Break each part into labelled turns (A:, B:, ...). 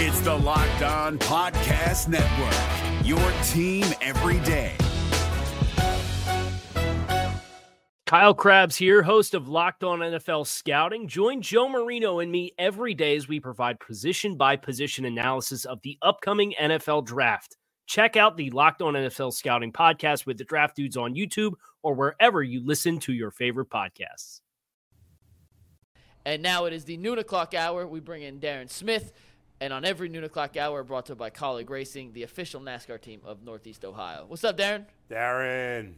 A: It's the Locked On Podcast Network, your team every day.
B: Kyle Krabs here, host of Locked On NFL Scouting. Join Joe Marino and me every day as we provide position by position analysis of the upcoming NFL draft. Check out the Locked On NFL Scouting podcast with the draft dudes on YouTube or wherever you listen to your favorite podcasts.
C: And now it is the noon o'clock hour. We bring in Darren Smith. And on every noon o'clock hour, brought to you by Colleague Racing, the official NASCAR team of Northeast Ohio. What's up, Darren?
D: Darren.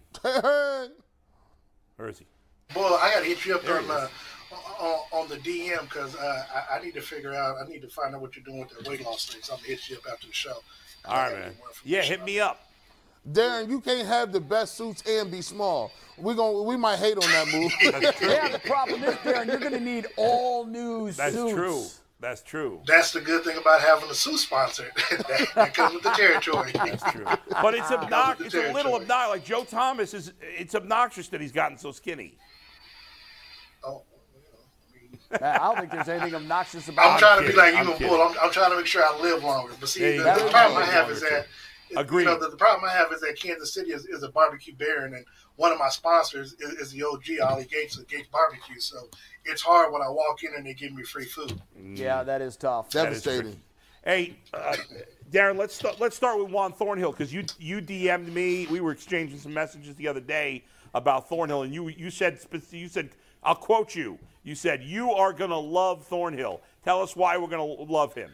D: Where is he?
E: Boy, I gotta hit you up
D: There
E: on,
D: he is.
E: uh, on on the DM because uh, I, I need to figure out. I need to find out what you're doing with the weight loss things. I'm gonna hit you up after the show.
D: All right, man. Yeah, hit me up.
F: Darren, you can't have the best suits and be small. We going we might hate on that move.
G: Yeah, the problem is, Darren, you're going to need all new
D: That's
G: suits.
D: true. That's true.
E: That's the good thing about having a suit sponsor. that, that comes with the territory.
D: That's true. But it's obnoxious. It's a little
E: territory.
D: obnoxious. Like Joe Thomas is. It's obnoxious that he's gotten so skinny.
E: Oh, you know, I mean,
G: I don't think there's anything obnoxious
E: I'm,
G: about it.
E: trying to
D: kidding.
E: be like you
D: I'm
E: and
D: kidding.
E: Bull. I'm, I'm trying to make sure I live longer. But
D: There
E: see,
D: you
E: the,
D: go.
E: the
D: That
E: problem I
D: would
E: have
D: be
E: is
D: longer,
E: that
D: Agreed.
E: You know, the, the problem I have is that Kansas City is, is a barbecue baron, and one of my sponsors is, is the OG Ollie Gates of Gates Barbecue. So it's hard when I walk in and they give me free food.
G: Yeah, that is tough.
D: That is tricky.
F: Devastating.
D: Hey, uh, Darren, let's start. Let's start with Juan Thornhill because you you DM'd me. We were exchanging some messages the other day about Thornhill, and you you said spec- you said I'll quote you. You said you are gonna love Thornhill. Tell us why we're gonna love him.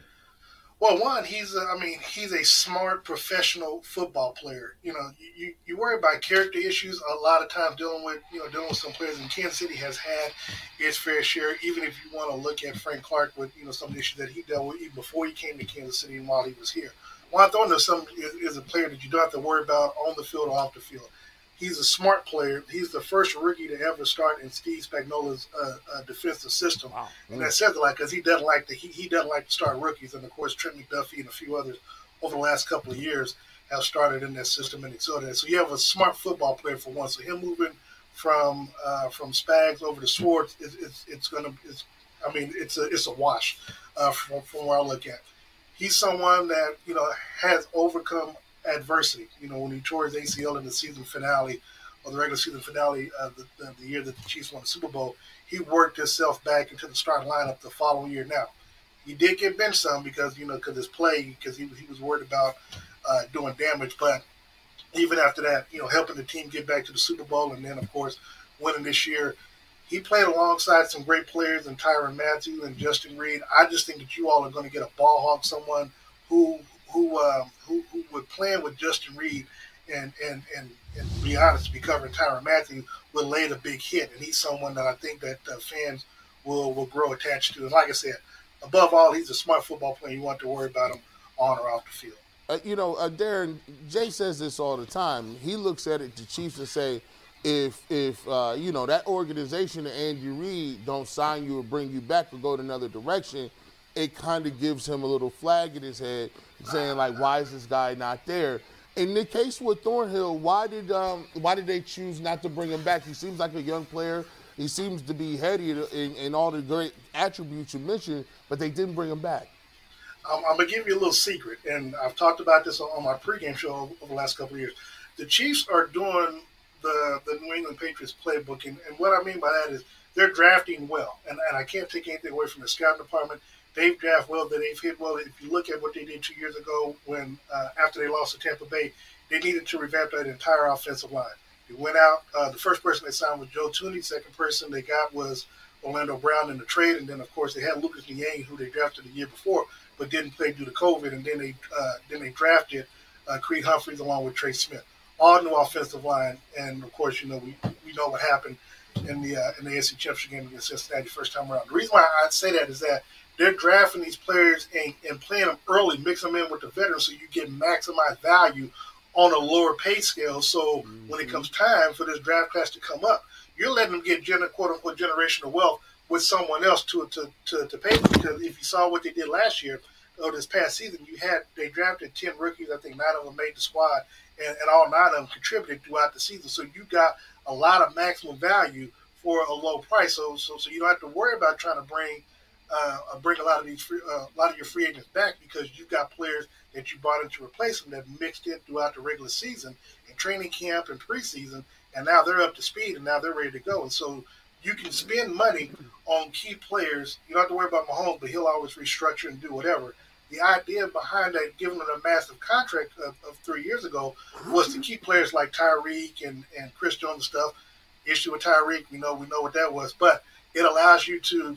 E: Well, one, he's a, I mean, he's a smart professional football player. You know, you- you, you worry about character issues a lot of times dealing with, you know, dealing with some players and Kansas City has had its fair share, even if you want to look at Frank Clark with, you know, some of the issues that he dealt with even before he came to Kansas City and while he was here. Juan Thornhill is, some, is, is a player that you don't have to worry about on the field or off the field. He's a smart player. He's the first rookie to ever start in Steve Spagnola's uh, uh, defensive system, and that says a lot because he doesn't like to he, he doesn't like to start rookies. And of course, Trent McDuffie and a few others over the last couple of years have started in that system and excelled at it. So you have a smart football player for one. So him moving from uh, from Spags over to Swartz, is it's, it's going to it's I mean it's a it's a wash uh, from from where I look at he's someone that you know has overcome adversity. You know, when he tore his ACL in the season finale or the regular season finale of the, of the year that the Chiefs won the Super Bowl, he worked himself back into the starting lineup the following year. Now, he did get benched some because you know because his play because he he was worried about uh, doing damage, but even after that, you know, helping the team get back to the Super Bowl and then, of course, winning this year. He played alongside some great players in Tyron Matthew and Justin Reed. I just think that you all are going to get a ball hawk, someone who who um, who, who would plan with Justin Reed and and and and to be honest, be covering Tyron Matthew would lay the big hit, and he's someone that I think that uh, fans will will grow attached to. And like I said, above all, he's a smart football player. You want to worry about him on or off the field.
F: Uh, you know, uh, Darren Jay says this all the time. He looks at it, the Chiefs, and say, if if uh, you know that organization and Andy Reid don't sign you or bring you back or go to another direction, it kind of gives him a little flag in his head, saying like, why is this guy not there? In the case with Thornhill, why did um, why did they choose not to bring him back? He seems like a young player. He seems to be heady in, in all the great attributes you mentioned, but they didn't bring him back.
E: I'm, I'm gonna give you a little secret, and I've talked about this on, on my pregame show over the last couple of years. The Chiefs are doing the the New England Patriots playbook, and, and what I mean by that is they're drafting well, and, and I can't take anything away from the scouting department. They've drafted well, that they've hit well. If you look at what they did two years ago, when uh, after they lost to Tampa Bay, they needed to revamp that entire offensive line. They went out. Uh, the first person they signed was Joe Tooney. Second person they got was Orlando Brown in the trade, and then of course they had Lucas Niang, who they drafted the year before, but didn't play due to COVID, and then they uh, then they drafted uh, Creed Humphries along with Trey Smith, all new offensive line, and of course you know we, we know what happened in the uh, in the AFC Championship game against Cincinnati first time around. The reason why I say that is that they're drafting these players and, and playing them early, mix them in with the veterans, so you get maximized value on a lower pay scale. So when it comes time for this draft class to come up, you're letting them get gener- quote unquote generational wealth with someone else to to, to to pay them. Because if you saw what they did last year or this past season, you had they drafted ten rookies. I think nine of them made the squad, and, and all nine of them contributed throughout the season. So you got a lot of maximum value for a low price. So so so you don't have to worry about trying to bring uh, uh, bring a lot of these free, uh, a lot of your free agents back because you've got players that you brought in to replace them that mixed in throughout the regular season and training camp and preseason, and now they're up to speed and now they're ready to go. And so you can spend money on key players. You don't have to worry about Mahomes, but he'll always restructure and do whatever. The idea behind that, giving them a massive contract of, of three years ago, was to keep players like Tyreek and, and Chris Jones and stuff. Issue with Tyreek, we know we know what that was, but it allows you to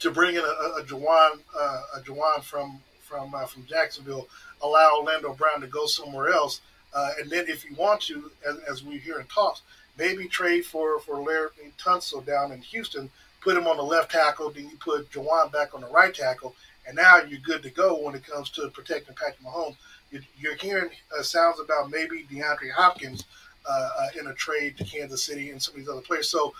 E: to bring in a, a, a Jawan uh, a Jawan from from uh, from Jacksonville, allow Orlando Brown to go somewhere else, uh, and then if you want to, as, as we hear in talks, maybe trade for for Larry Tunsil down in Houston, put him on the left tackle, then you put Jawan back on the right tackle, and now you're good to go when it comes to protecting Patrick Mahomes. You, you're hearing uh, sounds about maybe DeAndre Hopkins uh, uh, in a trade to Kansas City and some of these other players. So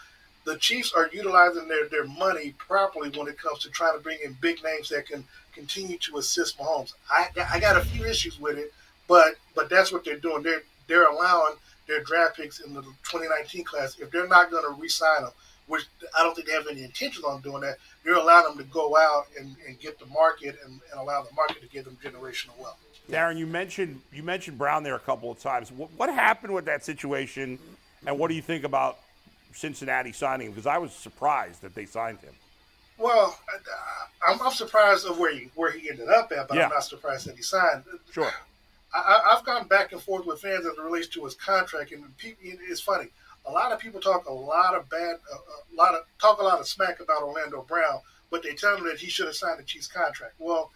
E: the Chiefs are utilizing their, their money properly when it comes to trying to bring in big names that can continue to assist Mahomes. I, I got a few issues with it, but but that's what they're doing. They're they're allowing their draft picks in the 2019 class if they're not going to re-sign them, which I don't think they have any intention on doing that. They're allowing them to go out and, and get the market and, and allow the market to give them generational wealth.
D: Darren, you mentioned you mentioned Brown there a couple of times. What, what happened with that situation, and what do you think about Cincinnati signing him? Because I was surprised that they signed him.
E: Well, I, I'm, I'm surprised of where he where he ended up at, but
D: Yeah.
E: I'm not surprised that he signed.
D: Sure.
E: I, I- I've gone back and forth with fans as it relates to his contract, and people, it's funny. A lot of people talk a lot of bad, a, a lot of talk a lot of smack about Orlando Brown, but they tell him that he should have signed the Chiefs contract. Well,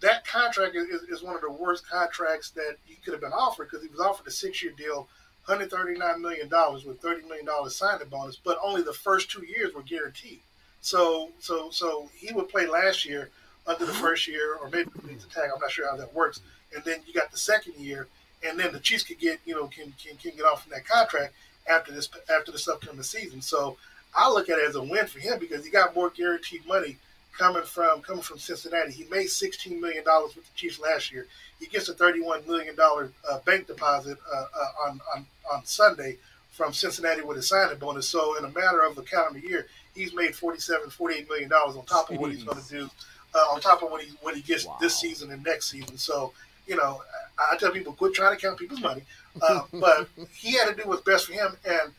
E: that contract is, is, is one of the worst contracts that he could have been offered because he was offered a six-year deal, 139 million dollars with 30 million dollars signing bonus, but only the first two years were guaranteed. So, so, so he would play last year under the first year, or maybe it's a tag. I'm not sure how that works. And then you got the second year, and then the Chiefs could get, you know, can can, can get off from that contract after this after this upcoming season. So I look at it as a win for him because he got more guaranteed money coming from coming from Cincinnati. He made 16 million dollars with the Chiefs last year. He gets a 31 million dollar uh, bank deposit uh, uh, on, on on Sunday from Cincinnati with a signing bonus. So in a matter of a calendar year, he's made 47, 48 million dollars on top of what he's going to do, uh, on top of what he what he gets this season and next season. So you know, I, I tell people quit trying to count people's money, uh, but he had to do what's best for him and.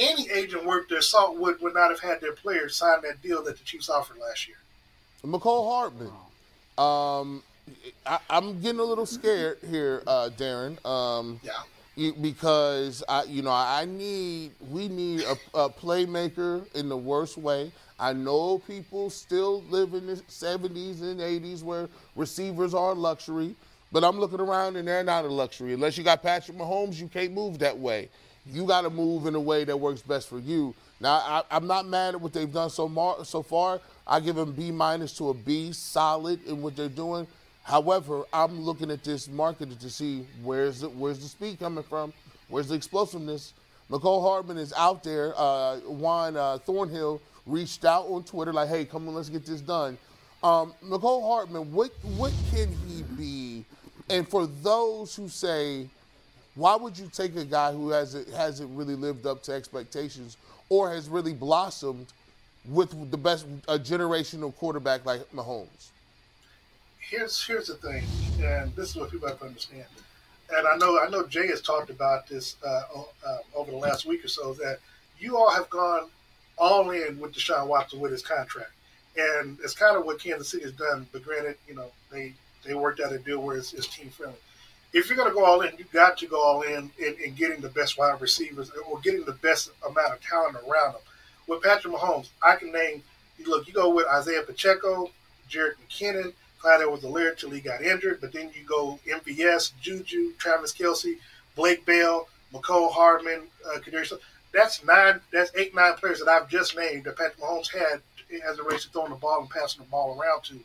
E: Any agent worth their salt would would not have had their players sign that deal that the Chiefs offered last year.
F: McCole Hartman. Um, I, I'm getting a little scared here, uh, Darren. Um,
E: Yeah.
F: you- because I, you know, I need we need a, a playmaker in the worst way. I know people still live in the 70s and 80s where receivers are a luxury, but I'm looking around and they're not a luxury. Unless you got Patrick Mahomes, you can't move that way. You got to move in a way that works best for you. Now, I, I'm not mad at what they've done so, mar- so far. I give them B minus to a B, solid in what they're doing. However, I'm looking at this market to see where's the, where's the speed coming from, where's the explosiveness. Nicole Hardman is out there. Uh, Juan uh, Thornhill reached out on Twitter like, "Hey, come on, let's get this done." Um, Nicole Hardman, what what can he be? And for those who say, why would you take a guy who hasn't hasn't really lived up to expectations or has really blossomed with the best a generational quarterback like Mahomes?
E: here's here's the thing, and this is what people have to understand. And I know I know Jay has talked about this uh, o- uh, over the last week or so that you all have gone all in with Deshaun Watson with his contract, and it's kind of what Kansas City has done. But granted, you know they they worked out a deal where it's, it's team friendly. If you're going to go all in, you got to go all in in, in getting the best wide receivers or getting the best amount of talent around them. With Patrick Mahomes, I can name look. You go with Isaiah Pacheco, Jared McKinnon, Clyde Edwards Alaire till he got injured. But then you go MVS, Juju, Travis Kelsey, Blake Bell, McCole Hardman, uh, Kadarius. Toney. That's nine. That's eight, nine players that I've just named that Patrick Mahomes had as a race to throwing the ball and passing the ball around to.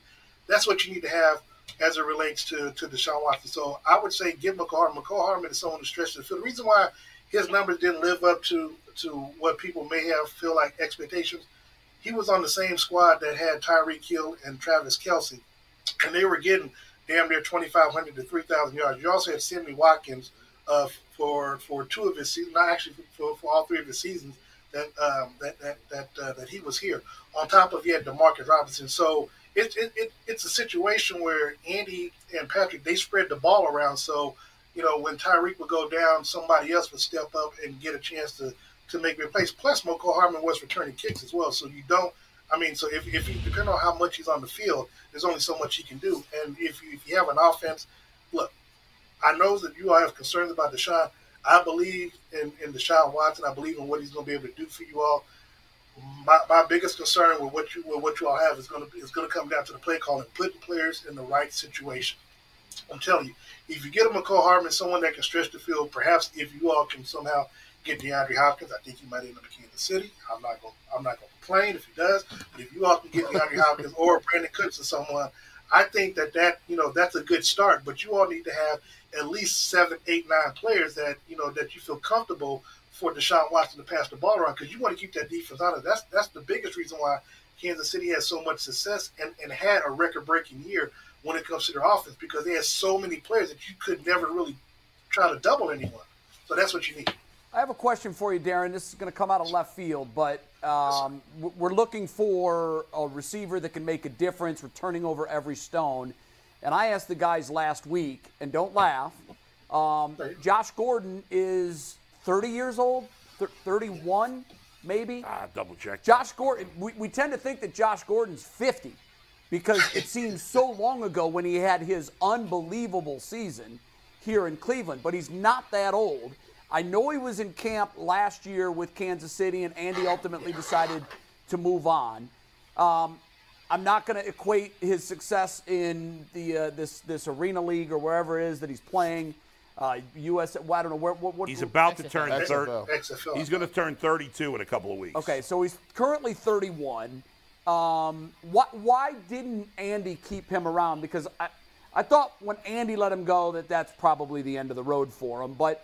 E: That's what you need to have as it relates to to Deshaun Watson. So I would say give McCole Hardman. McCole Hardman is someone who stretches the field. The reason why his numbers didn't live up to to what people may have feel like expectations he was on the same squad that had Tyreek Hill and Travis Kelsey, and they were getting damn near 2,500 to 3,000 yards. You also had Sammy Watkins uh, for for two of his seasons, not actually for, for all three of his seasons, that um, that that that, uh, that he was here. On top of you had Demarcus Robinson, so it, it, it it's a situation where Andy and Patrick they spread the ball around. So you know when Tyreek would go down, somebody else would step up and get a chance to to make replace. Plus, Moko Harmon was returning kicks as well, so you don't. I mean, so if, if you, depending on how much he's on the field, there's only so much he can do. And if you, if you have an offense, look, I know that you all have concerns about Deshaun. I believe in, in Deshaun Watson. I believe in what he's going to be able to do for you all. My, my biggest concern with what you with what you all have is going to is going to come down to the play calling, putting players in the right situation. I'm telling you, if you get a McCall Harmon, someone that can stretch the field, perhaps if you all can somehow get DeAndre Hopkins, I think he might end up in Kansas City. I'm not going I'm not going to complain if he does, but if you all can get DeAndre Hopkins or Brandon Cooks or someone, I think that that you know that's a good start. But you all need to have at least seven, eight, nine players that you know that you feel comfortable for Deshaun Watson to pass the ball around because you want to keep that defense honest. That's that's the biggest reason why Kansas City has so much success and, and had a record breaking year when it comes to their offense because they had so many players that you could never really try to double anyone. So that's what you need.
G: I have a question for you, Darren. This is going to come out of left field, but um, w- we're looking for a receiver that can make a difference, returning over every stone. And I asked the guys last week, and don't laugh. Um, Josh Gordon is 30 years old, thir- 31 maybe.
D: Ah, double check.
G: Josh Gordon, we, we tend to think that Josh Gordon's 50 because it seems so long ago when he had his unbelievable season here in Cleveland, but he's not that old. I know he was in camp last year with Kansas City, and Andy ultimately decided to move on. Um, I'm not going to equate his success in the uh, this this arena league or wherever it is that he's playing. Uh, US, well, I don't know where. What, what
D: He's about to turn
F: XFL.
D: thirty.
E: XFL.
D: He's going to turn 32 in a couple of weeks.
G: Okay, so he's currently 31. Um, why, why didn't Andy keep him around? Because I, I thought when Andy let him go that that's probably the end of the road for him. But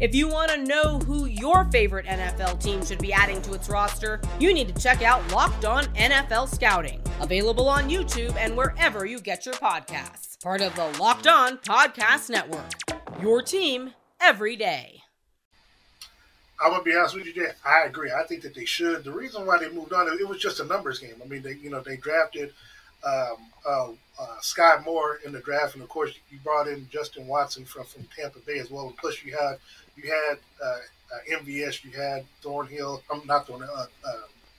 H: If you want to know who your favorite NFL team should be adding to its roster, you need to check out Locked On NFL Scouting, available on YouTube and wherever you get your podcasts. Part of the Locked On Podcast Network. Your team every day.
E: I'm gonna be honest with you, Jay. I agree. I think that they should. The reason why they moved on, it was just a numbers game. I mean, they you know they drafted um, uh, uh, Sky Moore in the draft, and of course you brought in Justin Watson from from Tampa Bay as well. And plus you had you had uh, uh, MVS, you had Thornhill. I'm not Thornhill. Uh, uh,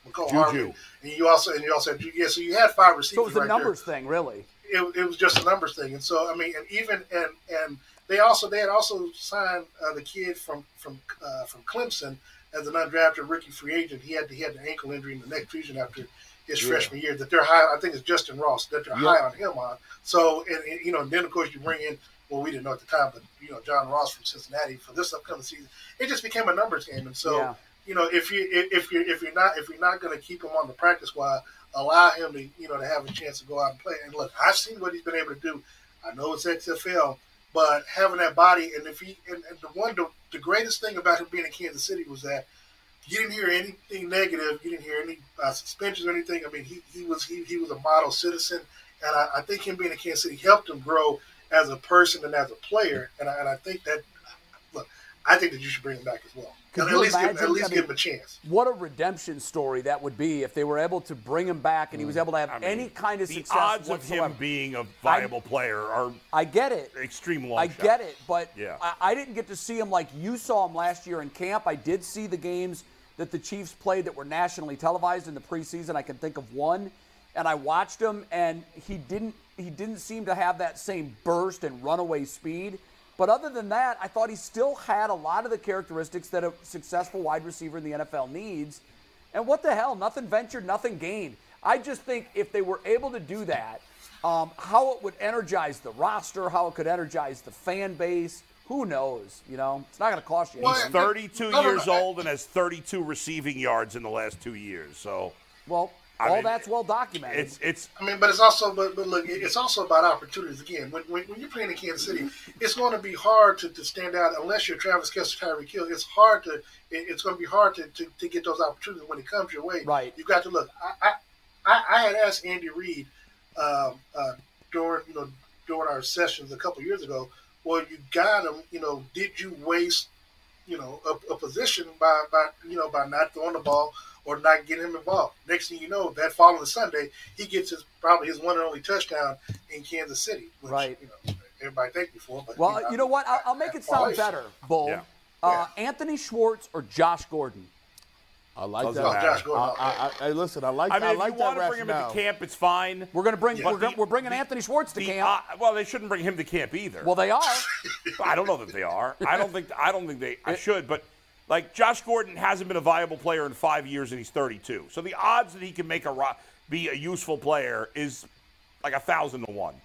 E: McCall
D: Juju.
E: Harmon, and you also and you also had Ju- yeah. So you had five receivers.
G: So it was a
E: right there
G: numbers thing, really.
E: it, it was just a numbers thing. And so I mean, and even and and they also they had also signed uh, the kid from from uh, from Clemson as an undrafted rookie free agent. He had he had an ankle injury in the neck fusion after his freshman year. That they're high. I think it's Justin Ross that they're high on him on. So and, and, you know, and then of course you bring in. Well, we didn't know at the time, but you know John Ross from Cincinnati for this upcoming season. It just became a numbers game, and so
G: Yeah.
E: you know, if you if if you if you're not if you're not going to keep him on the practice squad, allow him to you know to have a chance to go out and play. And look, I've seen what he's been able to do. I know it's XFL, but having that body and if he and, and the one the, the greatest thing about him being in Kansas City was that you didn't hear anything negative. You didn't hear any uh, suspensions or anything. I mean, he, he was he, he was a model citizen, and I, I think him being in Kansas City helped him grow as a person and as a player. And I, and I think that look, I think that you should bring him back as well.
G: Could
E: And
G: you
E: at least give,
G: imagine?
E: at least
G: I
E: give
G: mean-
E: him a chance.
G: What a redemption story that would be if they were able to bring him back and he was
E: Mm.
G: able to have
D: I mean,
G: any kind of
D: the
G: success
D: odds
G: whatsoever.
D: of him being a viable player are
G: I get it.
D: extreme long
G: I
D: shot.
G: get it, but
D: Yeah.
G: I, I didn't get to see him like you saw him last year in camp. I did see the games that the Chiefs played that were nationally televised in the preseason. I can think of one, and I watched him, and he didn't he didn't seem to have that same burst and runaway speed. But other than that, I thought he still had a lot of the characteristics that a successful wide receiver in the NFL needs. And what the hell? Nothing ventured, nothing gained. I just think if they were able to do that, um, how it would energize the roster, how it could energize the fan base, who knows? You know, it's not going to cost you
E: Well,
G: anything.
D: 32
E: No, no, no.
D: years old and has 32 receiving yards in the last two years. So
G: Well,
D: I
G: All
D: mean,
G: that's well documented.
D: It's it's
E: I mean, but it's also, but, but look, it- it's also about opportunities. Again, when, when, when you're playing in Kansas City, it's going to be hard to, to stand out unless you're Travis Kelsey, Tyreek Hill. It's hard to, it, it's going to be hard to, to, to get those opportunities when it comes your way.
G: Right.
E: You've got to look. I, I, I, I had asked Andy Reid um, uh, during, you know, during our sessions a couple years ago. Well, you got him. You know, did you waste, you know, a, a position by, by, you know, by not throwing the ball or not getting him involved? Next thing you know, that following Sunday, he gets his probably his one and only touchdown in Kansas City. Which,
G: Right.
E: You know, everybody thank you for. But
G: Well, you know what? I'll, I'll make it sound better, Bull.
D: Yeah.
G: Uh, Anthony Schwartz or Josh Gordon?
F: I like
D: Doesn't
F: that.
D: matter.
E: Josh Gordon.
F: I, I, I, hey, listen, I like.
D: I mean,
F: I
D: if
F: like
D: you
F: that
D: want to bring him
F: rationale.
D: into camp, it's fine.
G: We're gonna bring
D: But
G: we're, gonna,
D: the-
G: we're bringing
D: the-
G: Anthony Schwartz to
D: the-
G: camp.
D: uh, well, they shouldn't bring him to camp either.
G: well, they are.
D: I don't know that they are. I don't think I don't think they I should, but like Josh Gordon hasn't been a viable player in five years, and he's 32. So the odds that he can make a ro- be a useful player is like a thousand to one.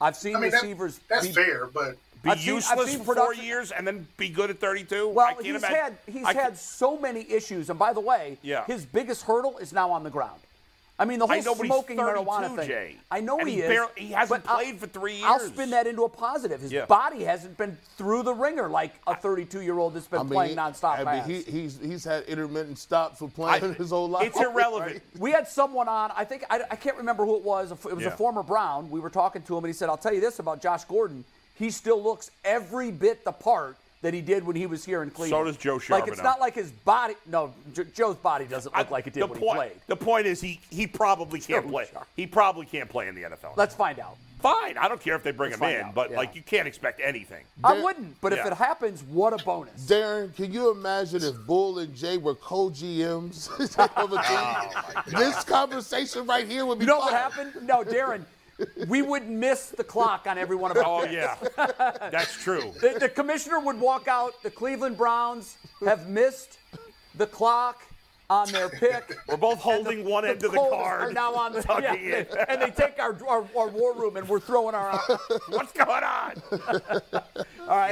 G: I've seen
E: I mean, that-
G: receivers.
E: that's
G: be-
E: fair, but
D: Be
G: I've seen- I've
D: useless
G: seen
D: for four
G: production-
D: years and then be good at 32. I
G: Well,
D: can't
G: he's
D: imagine-
G: had he's
D: I ca-
G: had so many issues, and by the way,
D: Yeah.
G: his biggest hurdle is now on the ground. I mean, the whole
D: I know, but he's
G: smoking marijuana
D: 32,
G: thing.
D: Jay.
G: I know
D: And
G: he,
D: he
G: is.
D: barely- he hasn't
G: but I'll-
D: played for three
G: I'll
D: years.
G: spin that into a positive. His
D: Yeah.
G: body hasn't been through the ringer like a 32-year-old that's been
F: I mean,
G: playing
F: I
G: nonstop.
F: mean,
G: pass.
F: he, he's he's had intermittent stops for
D: I-
F: playing his whole life.
D: It's irrelevant.
G: We had someone on. I think I, I can't remember who it was. It was
D: Yeah.
G: a former Brown. We were talking to him, and he said, "I'll tell you this about Josh Gordon. He still looks every bit the part that he did when he was here in Cleveland.
D: does Joe
G: Like it's
D: Charbonneau.
G: not like his body. No, J- Joe's body doesn't look
D: I-
G: like it did
D: the
G: when
D: point,
G: he played.
D: The point is he he probably can't
G: Sure,
D: play.
G: sure.
D: He probably can't play in the NFL.
G: Let's find out.
D: fine. I don't care if they bring
G: Let's
D: him
G: find
D: in,
G: out,
D: but
G: yeah.
D: like you can't expect anything.
G: I
F: There-
G: wouldn't, but if
D: Yeah.
G: it happens, what a bonus.
F: Darren, can you imagine if Bull and Jay were co-GMs
E: Oh,
F: of a team? this conversation right here would be.
G: you know what
F: fire.
G: happened? No, Darren, we would miss the clock on every one of our.
D: Oh
G: picks.
D: yeah, that's true.
G: The, the commissioner would walk out. The Cleveland Browns have missed the clock on their pick.
D: We're both holding one end of the
G: Colts
D: card.
G: Are now on the yeah,
D: tucking it.
G: and they take our, our our war room and we're throwing our. uh, All
D: What's going on?
G: right,
E: yeah,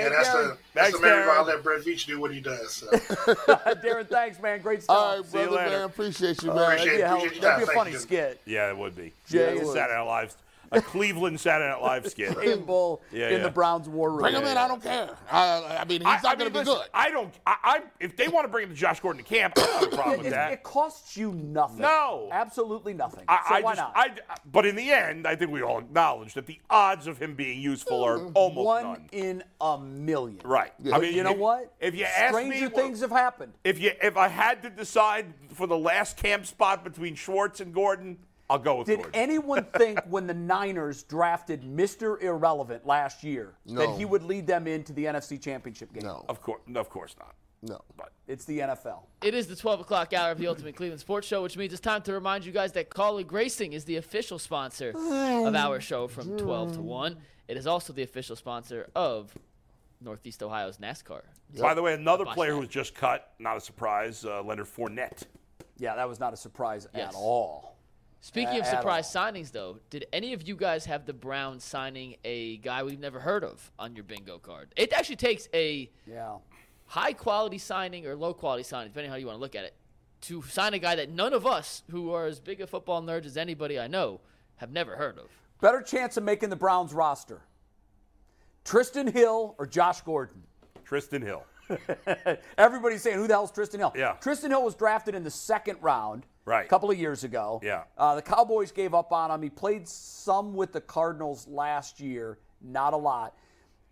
E: that's
G: Darren,
E: the that's
D: Thanks,
E: the man why I
D: Darren.
E: let Brett Veach do what he does. So.
G: Darren, thanks, man. Great stuff.
F: All right,
D: See you
F: brother,
D: later.
F: man. Appreciate you, man.
E: Appreciate
G: that'd, be a, hell-
E: appreciate your
G: that'd
E: time.
G: be a
E: Thank
G: funny
E: you, gentlemen.
G: skit.
D: Yeah, it would be.
G: Yeah, it
D: It's a
G: would.
D: Saturday Night Live, a Cleveland Saturday Night Live skit.
G: Ian Bull
D: Yeah,
G: in
D: yeah.
G: the Browns war room.
F: Bring him in. I don't care. I, I mean, he's
D: I-
F: not
D: I
F: going
D: mean,
F: to be
D: listen,
F: good.
D: I don't. I, I if they want to bring him to Josh Gordon to camp, I don't have a problem
G: It,
D: with
G: it,
D: that.
G: it costs you nothing.
D: No.
G: absolutely nothing.
D: I,
G: so
D: I
G: why
D: just,
G: not?
D: I, but in the end, I think we all acknowledge that the odds of him being useful are almost
G: Mm-hmm. One
D: none.
G: in a million.
D: Right. I mean,
G: You know
D: if-
G: what?
D: If you ask
G: stranger
D: me,
G: things have happened.
D: if you if I had to decide for the last camp spot between Schwartz and Gordon, I'll go with
G: Did
D: Gordon.
G: anyone think when the Niners drafted Mr. Irrelevant last year
F: No.
G: that he would lead them into the NFC Championship game?
F: No,
D: of course, no, of course not.
F: no.
G: It's the NFL.
C: It is the 12 o'clock hour of the Ultimate Cleveland Sports Show, which means it's time to remind you guys that Colleague Racing is the official sponsor of our show from 12 to 1. It is also the official sponsor of Northeast Ohio's NASCAR.
D: By the way, another
C: Watch
D: player
C: that.
D: who was just cut, not a surprise, uh, Leonard Fournette.
G: Yeah, that was not a surprise
C: Yes.
G: at all.
C: Speaking of
G: At
C: surprise signings, though, did any of you guys have the Browns signing a guy we've never heard of on your bingo card? It actually takes a
G: Yeah.
C: high quality signing or low quality signing, depending on how you want to look at it, to sign a guy that none of us, who are as big a football nerds as anybody I know, have never heard of.
G: Better chance of making the Browns roster. Tristan Hill or Josh Gordon?
D: Tristan Hill.
G: Everybody's saying, who the hell's Tristan Hill?
D: Yeah.
G: Tristan Hill was drafted in the second round
D: Right.
G: a couple of years ago.
D: Yeah.
G: Uh, the Cowboys gave up on him. He played some with the Cardinals last year, not a lot.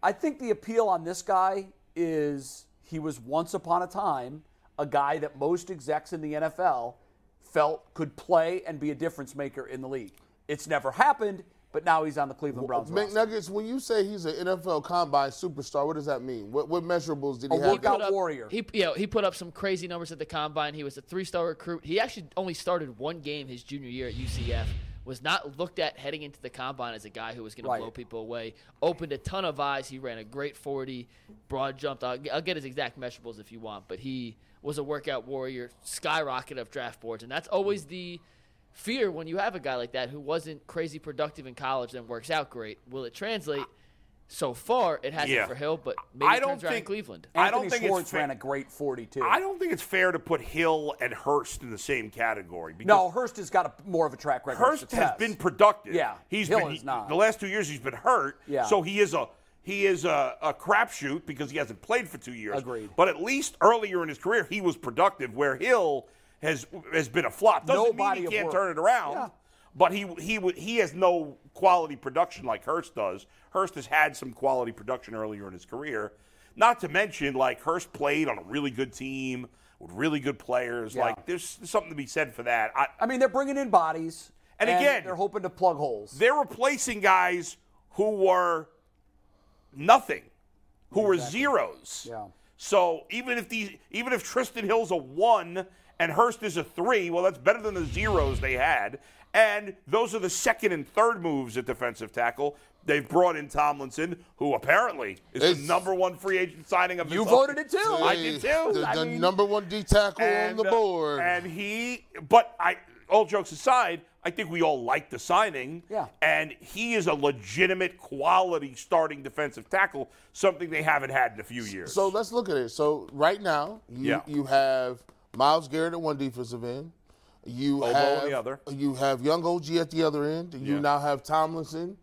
G: I think the appeal on this guy is he was once upon a time a guy that most execs in the NFL felt could play and be a difference maker in the league. It's never happened, but now he's on the Cleveland Browns. roster.
F: McNuggets, when you say he's an NFL combine superstar, what does that mean? What, what measurables did he
G: A
F: have?
G: workout-
C: put up-
G: warrior.
C: He you know, he put up some crazy numbers at the combine. He was a three-star recruit. He actually only started one game his junior year at UCF. Was not looked at heading into the combine as a guy who was going
G: Right.
C: to blow people away. Opened a ton of eyes. He ran a great 40, broad jumped. I'll, I'll get his exact measurables if you want, but he was a workout warrior, skyrocket of draft boards, and that's always the fear when you have a guy like that who wasn't crazy productive in college and works out great. Will it translate? So far, it hasn't
D: Yeah.
C: for Hill, but maybe
D: I
C: it
D: don't
C: turns around in
D: think-
C: Cleveland.
D: I don't
G: Anthony
D: think it's
G: Schwartz
D: fa-
G: ran a great 42.
D: I don't think it's fair to put Hill and Hurst in the same category. Because
G: no, Hurst has got a, more of a track record. of
D: Hurst has
G: success.
D: been productive.
G: Yeah,
D: he's
G: Hill
D: been
G: is not.
D: the last two years. He's been hurt.
G: Yeah.
D: so he is a he is a, a crapshoot because he hasn't played for two years.
G: Agreed.
D: But at least earlier in his career, he was productive. Where Hill has has been a flop. Doesn't
G: No
D: mean
G: body
D: he
G: of
D: can't
G: work.
D: turn it around.
G: Yeah.
D: But he he w- he has no quality production like Hurst does. Hurst has had some quality production earlier in his career. Not to mention, like Hurst played on a really good team with really good players.
G: Yeah.
D: Like there's something to be said for that. I,
G: I mean, they're bringing in bodies.
D: And again-
G: they're hoping to plug holes.
D: they're replacing guys who were nothing, who were zeros.
G: Yeah.
D: So even if these, even if Tristan Hill's a one and Hurst is a three, well, that's better than the zeros they had. And those are the second and third moves at defensive tackle. They've brought in Tomlinson, who apparently is
F: It's-
D: the number one free agent signing of this.
G: You voted it too.
D: I did too.
F: The,
D: I
F: the
D: mean-
F: number one D tackle
D: and, uh,
F: on the board.
D: And he, but I, all jokes aside, I think we all like the signing.
G: Yeah.
D: And he is a legitimate quality starting defensive tackle, something they haven't had in a few years.
F: So let's look at it. So right now, you,
D: Yeah.
F: you have Miles Garrett at one defensive end. You
D: Obo
F: have
D: on the other.
F: You have young OG at the other end. You
D: Yeah.
F: now have Tomlinson,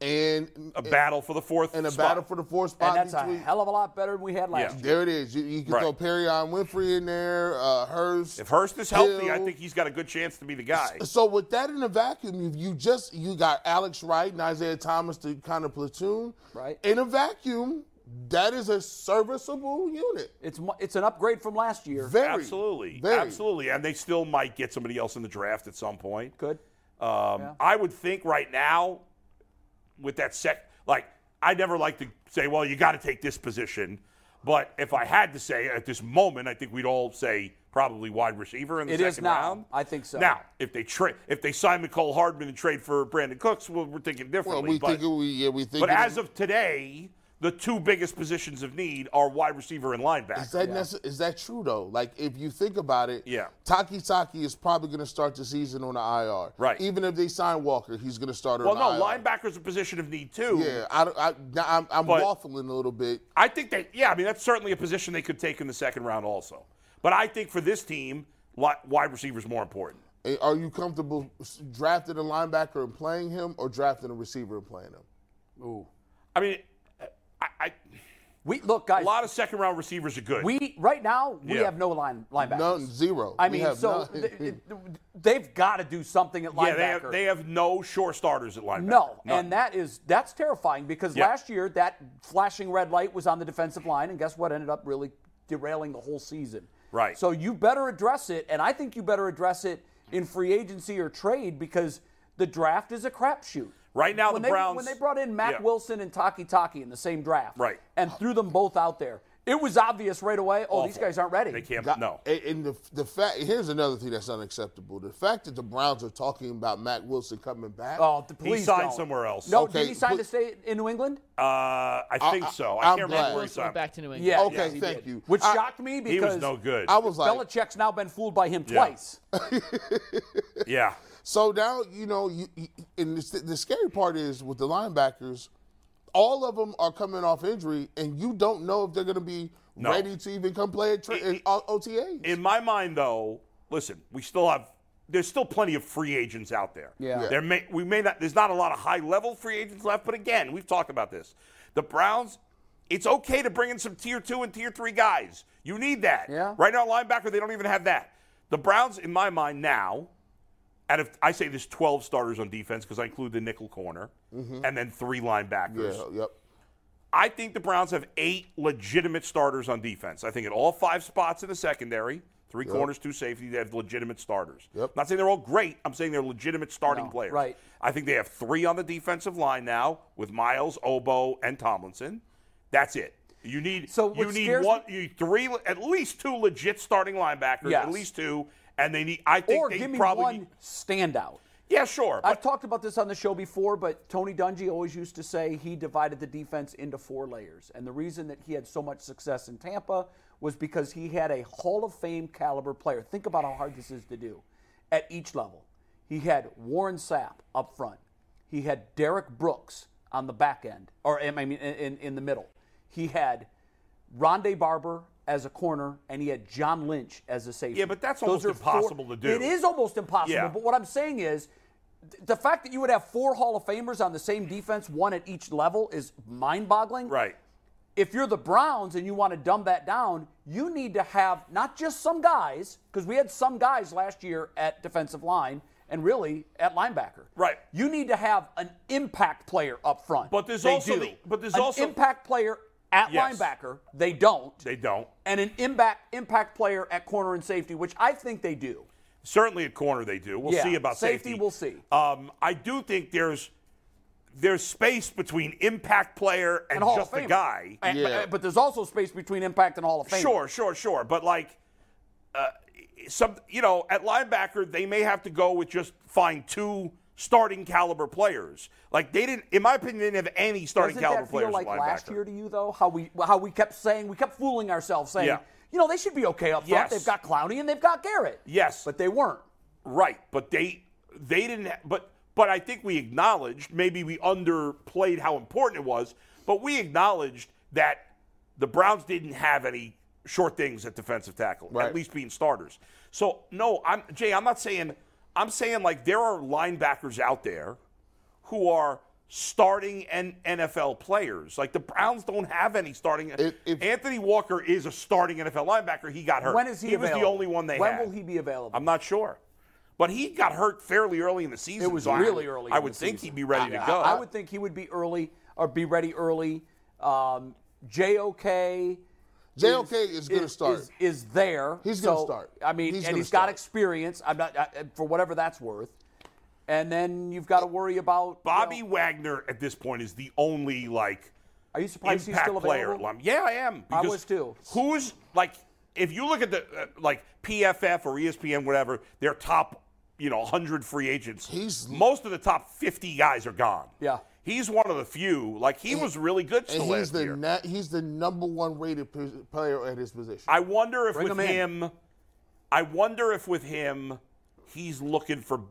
F: and
D: a battle for the fourth.
F: and a
D: spot.
F: battle for the fourth
G: and
F: spot.
G: that's a
F: between-
G: hell of a lot better than we had last
D: Yeah.
G: year.
F: there it is. You, you can
D: Right.
F: throw Perry on Winfrey in there, uh, Hurst.
D: If Hurst is healthy, I
F: Hill.
D: think he's got a good chance to be the guy.
F: So with that in a vacuum, you, you just you got Alex Wright and Isaiah Thomas to kind of platoon.
G: Right.
F: In a vacuum, that is a serviceable unit.
G: It's mu- it's an upgrade from last year.
F: Very
D: Absolutely.
F: very.
D: Absolutely. And they still might get somebody else in the draft at some point.
G: Good.
D: Um,
G: Yeah.
D: I would think right now, with that sec, like I never like to say, well, you got to take this position. But if I had to say at this moment, I think we'd all say probably wide receiver in the
G: It
D: second
G: is now.
D: round.
G: I think so.
D: Now, if they trade, if they sign McCole Hardman and trade for Brandon Cooks, well, we're thinking differently.
F: Well, we
D: but,
F: think it, we yeah we think.
D: but
F: it-
D: as of today, the two biggest positions of need are wide receiver and linebacker.
F: Is that, necess- is that true though? Like if you think about it,
D: Yeah.
F: Taki Taki is probably going to start the season on the IR.
D: Right.
F: Even if they sign Walker, he's going to start
D: well,
F: on the IR.
D: no, linebacker's a position of need too.
F: Yeah, I, don't- I, now I'm, I'm
D: But-
F: waffling a little bit.
D: I think they, yeah, I mean, that's certainly a position they could take in the second round also. But I think for this team, li- wide receiver's more important.
F: Eh, Are you comfortable s- drafting a linebacker and playing him, or drafting a receiver and playing him?
G: Ooh.
D: I mean, I, I,
G: We look,
D: a
G: guys.
D: lot of second round receivers are good.
G: we right now we
D: Yeah.
G: have no line linebackers.
F: None, zero.
G: I
F: We
G: mean,
F: have
G: so
F: none.
G: th- th- they've got to do something at linebacker.
D: yeah, they have, they have no sure starters at linebacker.
G: No,
D: None.
G: and that is that's terrifying because
D: Yeah.
G: last year that flashing red light was on the defensive line, and guess what? Ended up really derailing the whole season.
D: Right.
G: So you better address it, and I think you better address it in free agency or trade because the draft is a crapshoot.
D: Right now,
G: when
D: the
G: they,
D: Browns-
G: when they brought in Mac
D: Yeah.
G: Wilson and Taki Taki in the same draft,
D: Right.
G: and threw them both out there, it was obvious right away. Oh, these
D: Awful.
G: guys aren't ready.
D: They can't, no.
F: And, and the, the fact here's another thing that's unacceptable: the fact that the Browns are talking about Mac Wilson coming back.
G: Oh, th- please
D: He signed
G: don't.
D: somewhere else.
G: No,
F: Okay,
G: did he sign
F: pl-
G: to stay in New England?
D: Uh, I think
F: I- I'm
D: so. I can't remember
F: glad.
D: where he
C: Wilson went
D: signed.
C: back to New England.
G: Yeah.
F: Okay,
G: yes, he
F: thank
G: did.
F: you.
G: Which
F: I-
G: shocked me because
D: He was no good.
F: I was like,
G: Belichick's now been fooled by him
D: Yeah.
G: twice.
D: yeah.
F: So now you know, you, you, and the, the scary part is with the linebackers, all of them are coming off injury, and you don't know if they're going to be
D: No.
F: ready to even come play at tra-
D: It- it-
F: in O- OTAs.
D: In my mind, though, listen, we still have. There's still plenty of free agents out there.
G: Yeah. Yeah.
D: There may we may not. There's not a lot of high level free agents left, but again, we've talked about this. The Browns. It's okay to bring in some tier two and tier three guys. You need that.
G: Yeah.
D: Right now, linebacker, they don't even have that. The Browns, in my mind, now, out of I say there's 12 starters on defense because I include the nickel corner, and then three linebackers.
F: yeah, yep.
D: I think the Browns have eight legitimate starters on defense. I think at all five spots in the secondary, three corners, two safety, they have legitimate starters.
F: Yep.
D: Not saying they're all great. I'm saying they're legitimate starting
G: No,
D: players.
G: right.
D: I think they have three on the defensive line now with Miles, Oboe, and Tomlinson. That's it. You need
G: So
D: you
G: what
D: need
G: scares
D: one, you need three, at least two legit starting linebackers.
G: Yes.
D: At least two, and they need. I think
G: Or
D: they
G: give me
D: probably.
G: one standout.
D: Yeah, sure.
G: I've
D: but-
G: talked about this on the show before, but Tony Dungy always used to say he divided the defense into four layers. And the reason that he had so much success in Tampa was because he had a Hall of Fame caliber player. Think about how hard this is to do at each level. He had Warren Sapp up front, he had Derek Brooks on the back end, or I mean, in, in, in the middle. He had Rondé Barber as a corner, and he had John Lynch as a safety.
D: Yeah, but that's
G: Those
D: almost
G: are four-
D: impossible to do.
G: It is almost impossible.
D: Yeah.
G: But what I'm saying is, th- the fact that you would have four Hall of Famers on the same defense, one at each level, is mind-boggling
D: Right.
G: if you're the Browns and you want to dumb that down, you need to have not just some guys, because we had some guys last year at defensive line and really at linebacker.
D: Right.
G: You need to have an impact player up front.
D: But there's
G: They
D: also
G: do.
D: the- but there's
G: an
D: also-
G: impact player at
D: Yes.
G: linebacker. They don't.
D: They don't.
G: and an impact impact player at corner and safety, which I think they do.
D: Certainly at corner they do. We'll
G: Yeah,
D: see about safety.
G: safety, we'll see.
D: Um, I do think there's there's space between impact player and,
G: And Hall
D: just
G: of
D: a
G: Famer.
D: guy.
G: And-
F: Yeah.
G: But, but there's also space between impact and Hall of Fame.
D: Sure, sure, sure. But like, uh, some you know, at linebacker they may have to go with just find two starting caliber players. Like they didn't, in my opinion, they didn't have any starting
G: Doesn't
D: caliber
G: that
D: players
G: feel like
D: at linebacker.
G: last year to you though? How we how we kept saying we kept fooling ourselves saying
D: Yeah.
G: you know they should be okay up front.
D: Yes.
G: They've got Clowney and they've got Garrett.
D: Yes.
G: but they weren't.
D: Right, but they they didn't. Ha- but but I think we acknowledged maybe we underplayed how important it was, but we acknowledged that the Browns didn't have any short things at defensive tackle,
F: Right.
D: at least being starters. So no, I'm Jay. I'm not saying. I'm saying like there are linebackers out there who are starting N- NFL players. Like the Browns don't have any starting.
F: If- if-
D: Anthony Walker is a starting NFL linebacker. He got hurt.
G: When is he,
D: He
G: available?
D: was the only one they
G: when
D: had.
G: will he be available?
D: I'm not sure. But he got hurt fairly early in the season.
G: was
D: so I-
G: really early
D: I
G: in
D: would
G: the
D: think
G: season.
D: he'd be ready to
G: I-
D: go.
G: I, would think he would be early or be ready early. Um, JOK.
F: JOK is gonna start.
G: Is, is there?
F: He's gonna
G: So,
F: start.
G: I mean,
F: He's
G: and
F: gonna
G: he's got
F: start.
G: experience. I'm not I, for whatever that's worth. And then you've got to worry about you
D: Bobby
G: know,
D: Wagner at this point is the only like
G: are you surprised he's
D: impact
G: still
D: player.
G: available?
D: alum. Yeah, I am.
G: I
D: because
G: was too.
D: Who's like if you look at the uh, like PFF or E ESPN whatever, their top you know 100 free agents.
F: He's-
D: most of the top 50 guys are gone.
G: Yeah.
D: He's one of the few. Like he was really good
F: And
D: still
F: he's
D: last
F: the
D: year.
F: na- he's the number one rated p- player at his position.
D: I wonder if with
G: him in.
D: him, I wonder if with him, he's looking for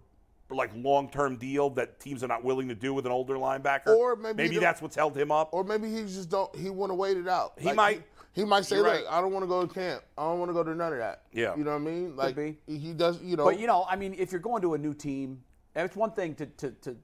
D: like long-term deal that teams are not willing to do with an older linebacker.
F: Or maybe the-
D: that's what's held him up.
F: or maybe he just don't. He want to wait it out.
D: He might-
F: He, he might say,
D: you're
F: "Look,
D: right.
F: I don't want to go to camp. I don't want to go to none of that."
D: Yeah.
F: you know what I mean. Like
G: be.
F: he does. You know.
G: But you know, I mean, if you're going to a new team, and it's one thing to, to, to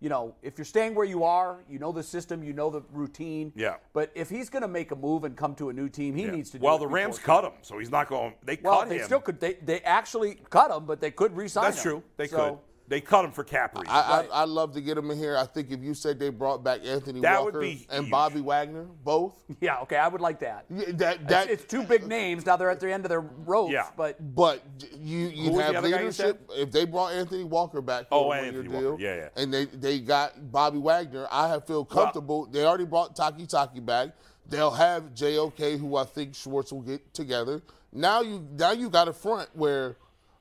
G: you know, if you're staying where you are, you know the system, you know the routine.
D: Yeah.
G: But if he's going to make a move and come to a new team, he
D: Yeah.
G: needs to. Do
D: well,
G: it
D: the Rams
G: before-
D: cut him, so he's not going. They
G: Well,
D: cut
G: they
D: him.
G: still could. They, they actually cut him, but they could re-sign
D: That's
G: him.
D: true. They
G: So,
D: could. They cut him for cap reasons.
F: I, I, I love to get him in here. I think if you said they brought back Anthony
D: That would
F: Walker
D: be
F: and
D: huge.
F: Bobby Wagner, both,
G: Yeah. Okay. I would like that.
F: yeah, that
G: It's-
F: that.
G: it's, two big names. Now they're at the end of their ropes.
D: Yeah.
G: But
F: but you you
D: was the
F: have
D: other guy you
F: leadership. If they brought Anthony Walker back,
D: Oh,
F: for a
D: and
F: one-year
D: Anthony
F: deal,
D: Walker. Yeah, yeah.
F: And they they got Bobby Wagner. I have feel comfortable. they already brought Taki Taki back. They'll have JOK, who I think Schwartz will get together. Now you now you got a front where.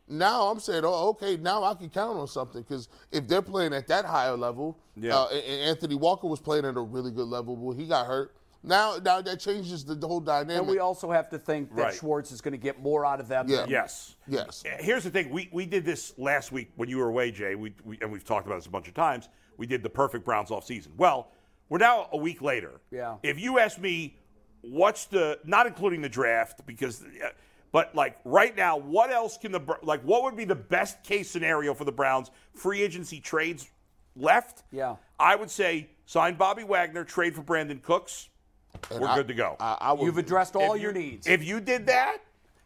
F: Now I'm saying, oh, okay. Now I can count on something because if they're playing at that higher level,
D: Yeah.
F: uh, and and Anthony Walker was playing at a really good level, but he got hurt. Now, now that changes the, the whole dynamic.
G: and we also have to think that
D: Right.
G: Schwartz is going to get more out of them.
F: Yeah.
G: than-
D: yes.
F: yes,
D: Uh, Here's the thing. We, we did this last week when you were away, Jay, we, we, and we've talked about this a bunch of times. We did the perfect Browns off season. Well, we're now a week later.
G: Yeah.
D: If you ask me, what's the, not including the draft, because, uh, but like right now, what else can the, Br- like, what would be the best case scenario for the Browns? Free agency trades left?
G: Yeah.
D: I would say sign Bobby Wagner, trade for Brandon Cooks. we're good to go.
F: I, I would-
G: You've addressed all
D: If
G: your
D: you-
G: needs.
D: If you did that,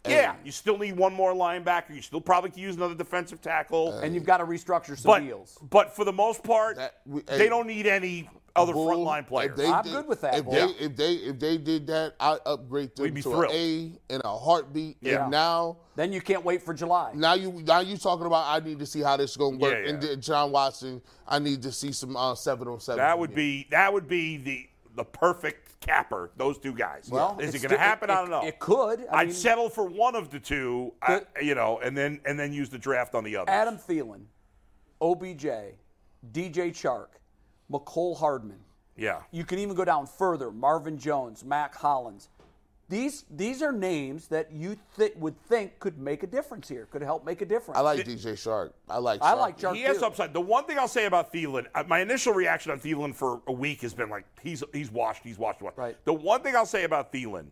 D: yeah, you still need one more linebacker. You still probably could use another defensive tackle.
G: and you've got to restructure Uh, some
D: but,
G: deals.
D: but for the most part,
F: That- we-
D: they
F: hey,
D: don't need any other
F: Bull,
D: frontline players.
F: if they
G: I'm
F: did-
G: good with that,
F: If
G: Bull.
F: they,
G: Yeah.
F: if they if they did that, I upgrade them
D: We'd be
F: to
D: thrilled.
F: an A in a heartbeat.
D: Yeah.
F: And now
G: Then you can't wait for July.
F: now you now you talking about I need to see how this is gonna work.
D: Yeah, yeah.
F: And then John Watson, I need to see some uh, seven on seven.
D: that would be that would be the the perfect capper. Those two guys.
G: Well,
D: is it
G: it's
D: going to
G: di-
D: happen?
G: it-
D: I don't know.
G: it could. I
D: I would
G: mean-
D: settle for one of the two, I-
G: The-
D: you know, and then and then use the draft on the other.
G: Adam Thielen, OBJ, DJ Chark, McCole Hardman.
D: Yeah.
G: You can even go down further. Marvin Jones, Mac Hollins. These these are names that you th- would think could make a difference here, could help make a difference.
F: I like DJ Shark. I like.
G: I like
F: Shark.
G: Jark
D: He has
G: too.
D: upside. The one thing I'll say about Thielen, uh, my initial reaction on Thielen for a week has been like he's he's washed, he's washed, washed.
G: Right.
D: The one thing I'll say about Thielen,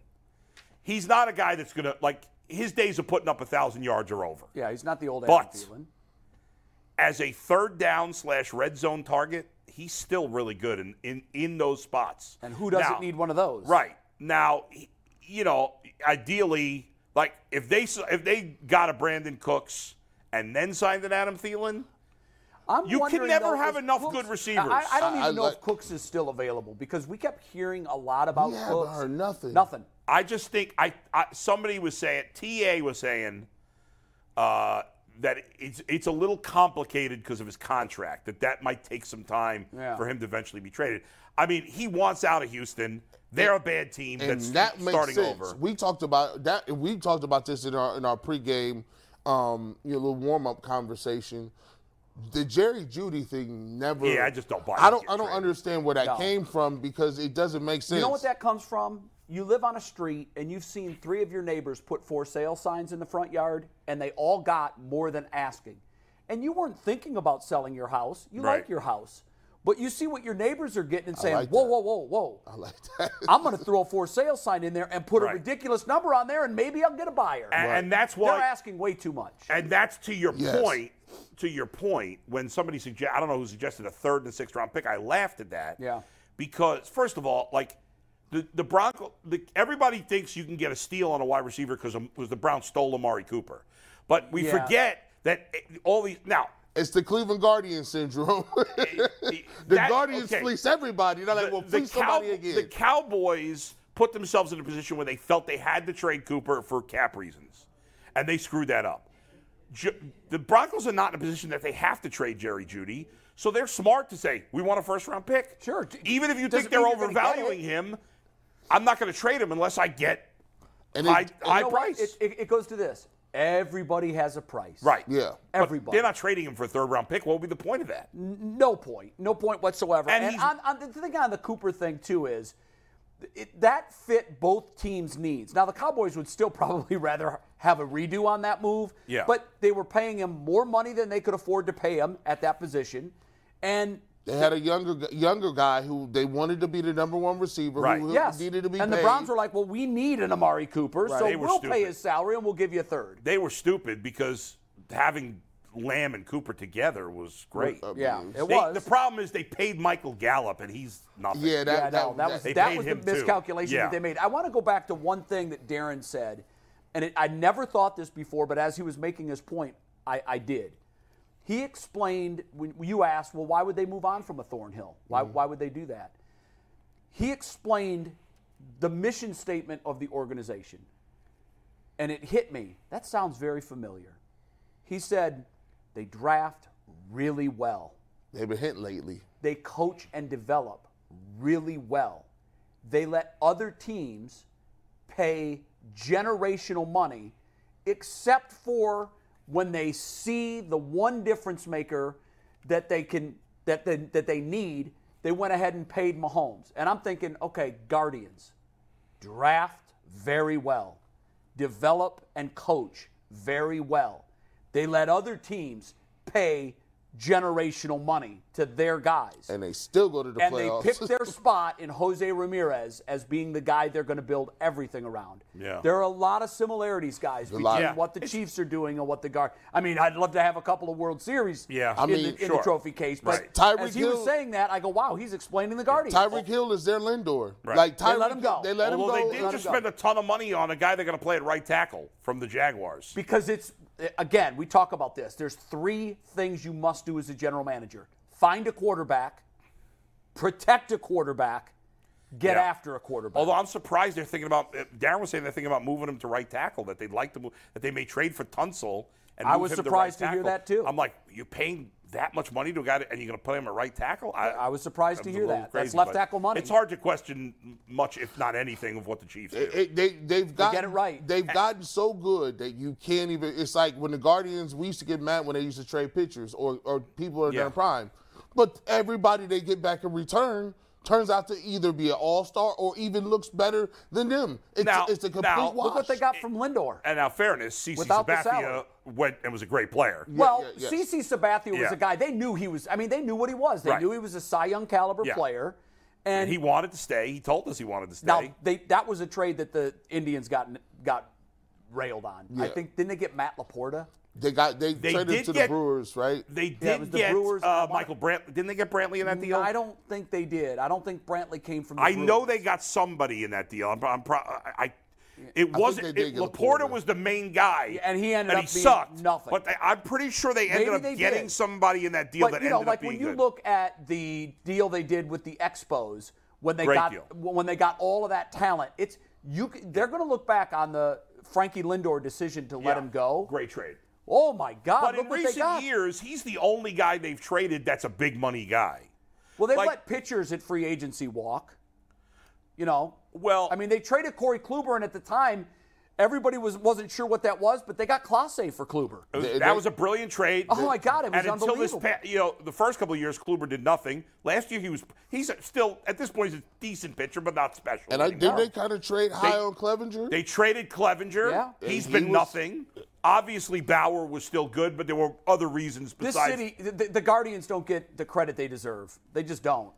D: he's not a guy that's gonna like his days of putting up a thousand yards are over.
G: Yeah, he's not the old
D: But-
G: Adam Thielen.
D: As a third down slash red zone target, he's still really good in in, in those spots.
G: And who doesn't
D: Now-
G: need one of those?
D: Right now, he- you know, ideally, like if they s- if they got a Brandon Cooks and then signed an Adam Thielen.
G: I'm
D: You can
G: wondering,
D: never
G: though,
D: have
G: if
D: enough
G: Cooks-
D: good receivers.
G: I, I don't
F: I-
G: even
F: I
G: know if
F: like-
G: Cooks is still available because we kept hearing a lot about
F: We haven't
G: Cooks.
F: heard nothing.
G: Nothing.
D: I just think I, I somebody was saying TA was saying uh, that it's it's a little complicated because of his contract that that might take some time
G: Yeah.
D: for him to eventually be traded. I mean, he wants out of Houston. They're a bad team
F: and
D: that's
F: that makes
D: starting
F: sense.
D: over.
F: We talked about that. We talked about this in our in our pregame, um, you know, little warm up conversation. The Jerry Judy thing never.
D: Yeah, I just don't buy
F: I
D: it
F: don't.
D: gets
F: I don't
D: traded.
F: understand where that
G: No.
F: came from because it doesn't make sense.
G: You know what that comes from? You live on a street and you've seen three of your neighbors put for sale signs in the front yard and they all got more than asking. And you weren't thinking about selling your house. You like
D: Right.
G: your house. But you see what your neighbors are getting and saying,
F: like
G: whoa,
F: that.
G: whoa, whoa, whoa.
F: I like that.
G: I'm going to throw a for sale sign in there and put a
D: Right.
G: ridiculous number on there and maybe I'll get a buyer.
D: and, and that's
G: They're
D: why
G: asking way too much.
D: And that's to your
F: Yes.
D: point. To your point, when somebody suggest I don't know who suggested a third and sixth round pick, I laughed at that.
G: Yeah.
D: Because first of all, like the the Bronco, the, everybody thinks you can get a steal on a wide receiver because was the Browns stole Amari Cooper, but we
G: Yeah.
D: forget that it- all these now.
F: It's the Cleveland Guardian syndrome. the
D: Eh, that-
F: Guardians
D: okay.
F: fleece everybody. They're like, well, fleece somebody
D: Cow-
F: again.
D: the Cowboys put themselves in a position where they felt they had to trade Cooper for cap reasons, and they screwed that up. Ju- the Broncos are not in a position that they have to trade Jerry Judy, so they're smart to say we want a first round pick.
G: Sure. D-
D: even if you think
G: doesn't
D: they're
G: mean you're gonna get
D: overvaluing
G: it.
D: him, I'm not going to trade him unless I get
F: and it-
D: high, high
G: You know what?
D: price.
G: It, it, it goes to this. Everybody has a price.
D: right?
F: yeah.
D: But
G: Everybody.
D: They're not trading him for a third round pick. What would be the point of that?
G: No point. No point whatsoever.
D: And
G: And,
D: he's-
G: on, on the thing on the Cooper thing too is it, that fit both teams' needs. Now the Cowboys would still probably rather have a redo on that move.
D: Yeah.
G: But they were paying him more money than they could afford to pay him at that position, and
F: They had a younger gu- younger guy who they wanted to be the number one receiver
D: Right.
F: who
G: yes,
F: needed to be
G: and
F: paid.
G: the Browns were like, well, we need an Amari Cooper, so
D: They were
G: we'll pay
D: stupid.
G: his salary and we'll give you a third.
D: They were stupid because having Lamb and Cooper together was great.
G: Yeah, it
D: They-
G: was.
D: The problem is they paid Michael Gallup and he's nothing.
F: yeah, that,
G: yeah,
F: that,
G: no, that was
D: they
G: that
D: paid
G: was
D: him
G: the
D: too.
G: miscalculation
D: Yeah.
G: that they made. I want to go back to one thing that Darren said, and it, I never thought this before, but as he was making his point, I, I did. He explained when you asked, well, why would they move on from a Thornhill? Why
D: Mm-hmm.
G: why would they do that? He explained the mission statement of the organization, and it hit me. That sounds very familiar. He said they draft really well
F: they've been hitting lately.
G: they coach and develop really well. They let other teams pay generational money, except for when they see the one difference maker that they can that they, that they need. They went ahead and paid Mahomes, and I'm thinking, okay, Guardians draft very well, develop and coach very well. They let other teams pay generational money to their guys.
F: And they still go to the
G: And they
F: playoffs.
G: picked their spot in Jose Ramirez as being the guy they're going to build everything around.
D: Yeah.
G: There are a lot of similarities, guys, between
F: lot. Yeah.
G: what the Chiefs are doing and what the guard. I mean, I'd love to have a couple of World Series
D: Yeah.
G: in,
D: I
F: mean,
G: the, in
D: sure.
G: the trophy case. But
D: Right.
F: Tyreek
G: as he was
F: Hill-
G: saying that, I go, wow, he's explaining the Guardians.
F: Tyreek Hill is their Lindor.
D: Right.
F: Like
G: They let
F: Tyreek-
G: him go.
F: They let
D: Although
F: him go.
D: they
G: let
D: did just
G: him go.
D: spend a ton of money on a guy they're going to play at right tackle from the Jaguars.
G: Because it's again, we talk about this. There's three things you must do as a general manager: find a quarterback, protect a quarterback, get
D: Yeah.
G: after a quarterback.
D: Although I'm surprised they're thinking about. uh, Darren was saying they're thinking about moving him to right tackle. That they'd like to move. That they may trade for Tunsil. And
G: I
D: move
G: was
D: him
G: surprised
D: to,
G: to
D: right
G: hear
D: tackle.
G: that, too.
D: I'm like, you're paying that much money to a guy, that- and you're going to put him at right tackle? I,
G: I was surprised to
D: was a
G: hear
D: little
G: that. That's
D: crazy,
G: left
D: but
G: tackle money.
D: It's hard to question m- much, if not anything, of what the Chiefs do.
F: It- they, they've gotten,
G: it right.
F: They've gotten so good that you can't even. It's like when the Guardians, we used to get mad when they used to trade pictures or, or people in
D: Yeah.
F: their prime. But everybody they get back in return turns out to either be an all star or even looks better than them. It's,
D: Now-
F: it's a complete
D: now,
F: wash.
D: look
G: Look what they got from Lindor.
D: And now, fairness, CC
G: Without the
D: Sabathia
G: salary.
D: went and was a great player.
G: well,
F: yeah, yeah.
G: CC Sabathia was
D: Yeah.
G: a guy they knew he was. I mean, they knew what he was. They
D: Right.
G: knew he was a Cy Young caliber
D: Yeah.
G: player.
D: And
G: And,
D: he wanted to stay. He told us he wanted to stay.
G: now they that was a trade that the Indians got got railed on. I
F: Yeah.
G: think didn't they get Matt Laporta?
F: they got they,
D: They
F: traded
D: did
F: to
D: get-
F: the Brewers, right?
D: they
G: Yeah, it
D: did
G: was the
D: get
G: Brewers and
D: uh,
G: Atlanta.
D: Michael Brantley. Didn't they get Brantley in that deal?
G: I don't think they did. I don't think Brantley came from. The
D: I know
G: Brewers.
D: they got somebody in that deal. I'm, I'm pro- I, I- it
F: they
D: wasn't.
F: did
D: It,
F: get
D: Laporta
F: Laporta.
D: was the main guy,
G: and he ended
D: and
G: up
D: he
G: being
D: sucked.
G: nothing.
D: But they, I'm pretty sure they ended
G: Maybe
D: up
G: they
D: getting
G: did.
D: somebody in that deal
G: But
D: that
G: you know,
D: ended
G: like
D: up being
G: when you
D: good.
G: look at the deal they did with the Expos when they
D: Great
G: got
D: deal.
G: when they got all of that talent, it's you. c- They're going to look back on the Frankie Lindor decision to let
D: Yeah,
G: him go.
D: Great trade.
G: Oh my God!
D: But
G: look
D: in
G: what they
D: recent
G: got.
D: years, he's the only guy they've traded that's a big money guy.
G: well, they
D: like-
G: let pitchers at free agency walk. You know.
D: Well-
G: I mean, they traded Corey Kluber, and at the time, everybody was wasn't sure what that was, but they got Clase for Kluber.
D: It was-
F: They-
D: that
F: they-
D: was a brilliant trade.
G: Oh my God, it
D: Uh,
G: was
D: and until this,
G: unbelievable.
D: pa- you know, the first couple of years, Kluber did nothing. Last year, he was he's still at this point he's a decent pitcher, but not special.
F: And I,
D: anymore.
F: did they kind of trade high on Clevenger?
D: They traded Clevenger.
G: Yeah.
D: He's
F: He
D: been
F: was-
D: nothing. Obviously, Bauer was still good, but there were other reasons
G: This
D: besides.
G: city, the, the Guardians don't get the credit they deserve. They just don't.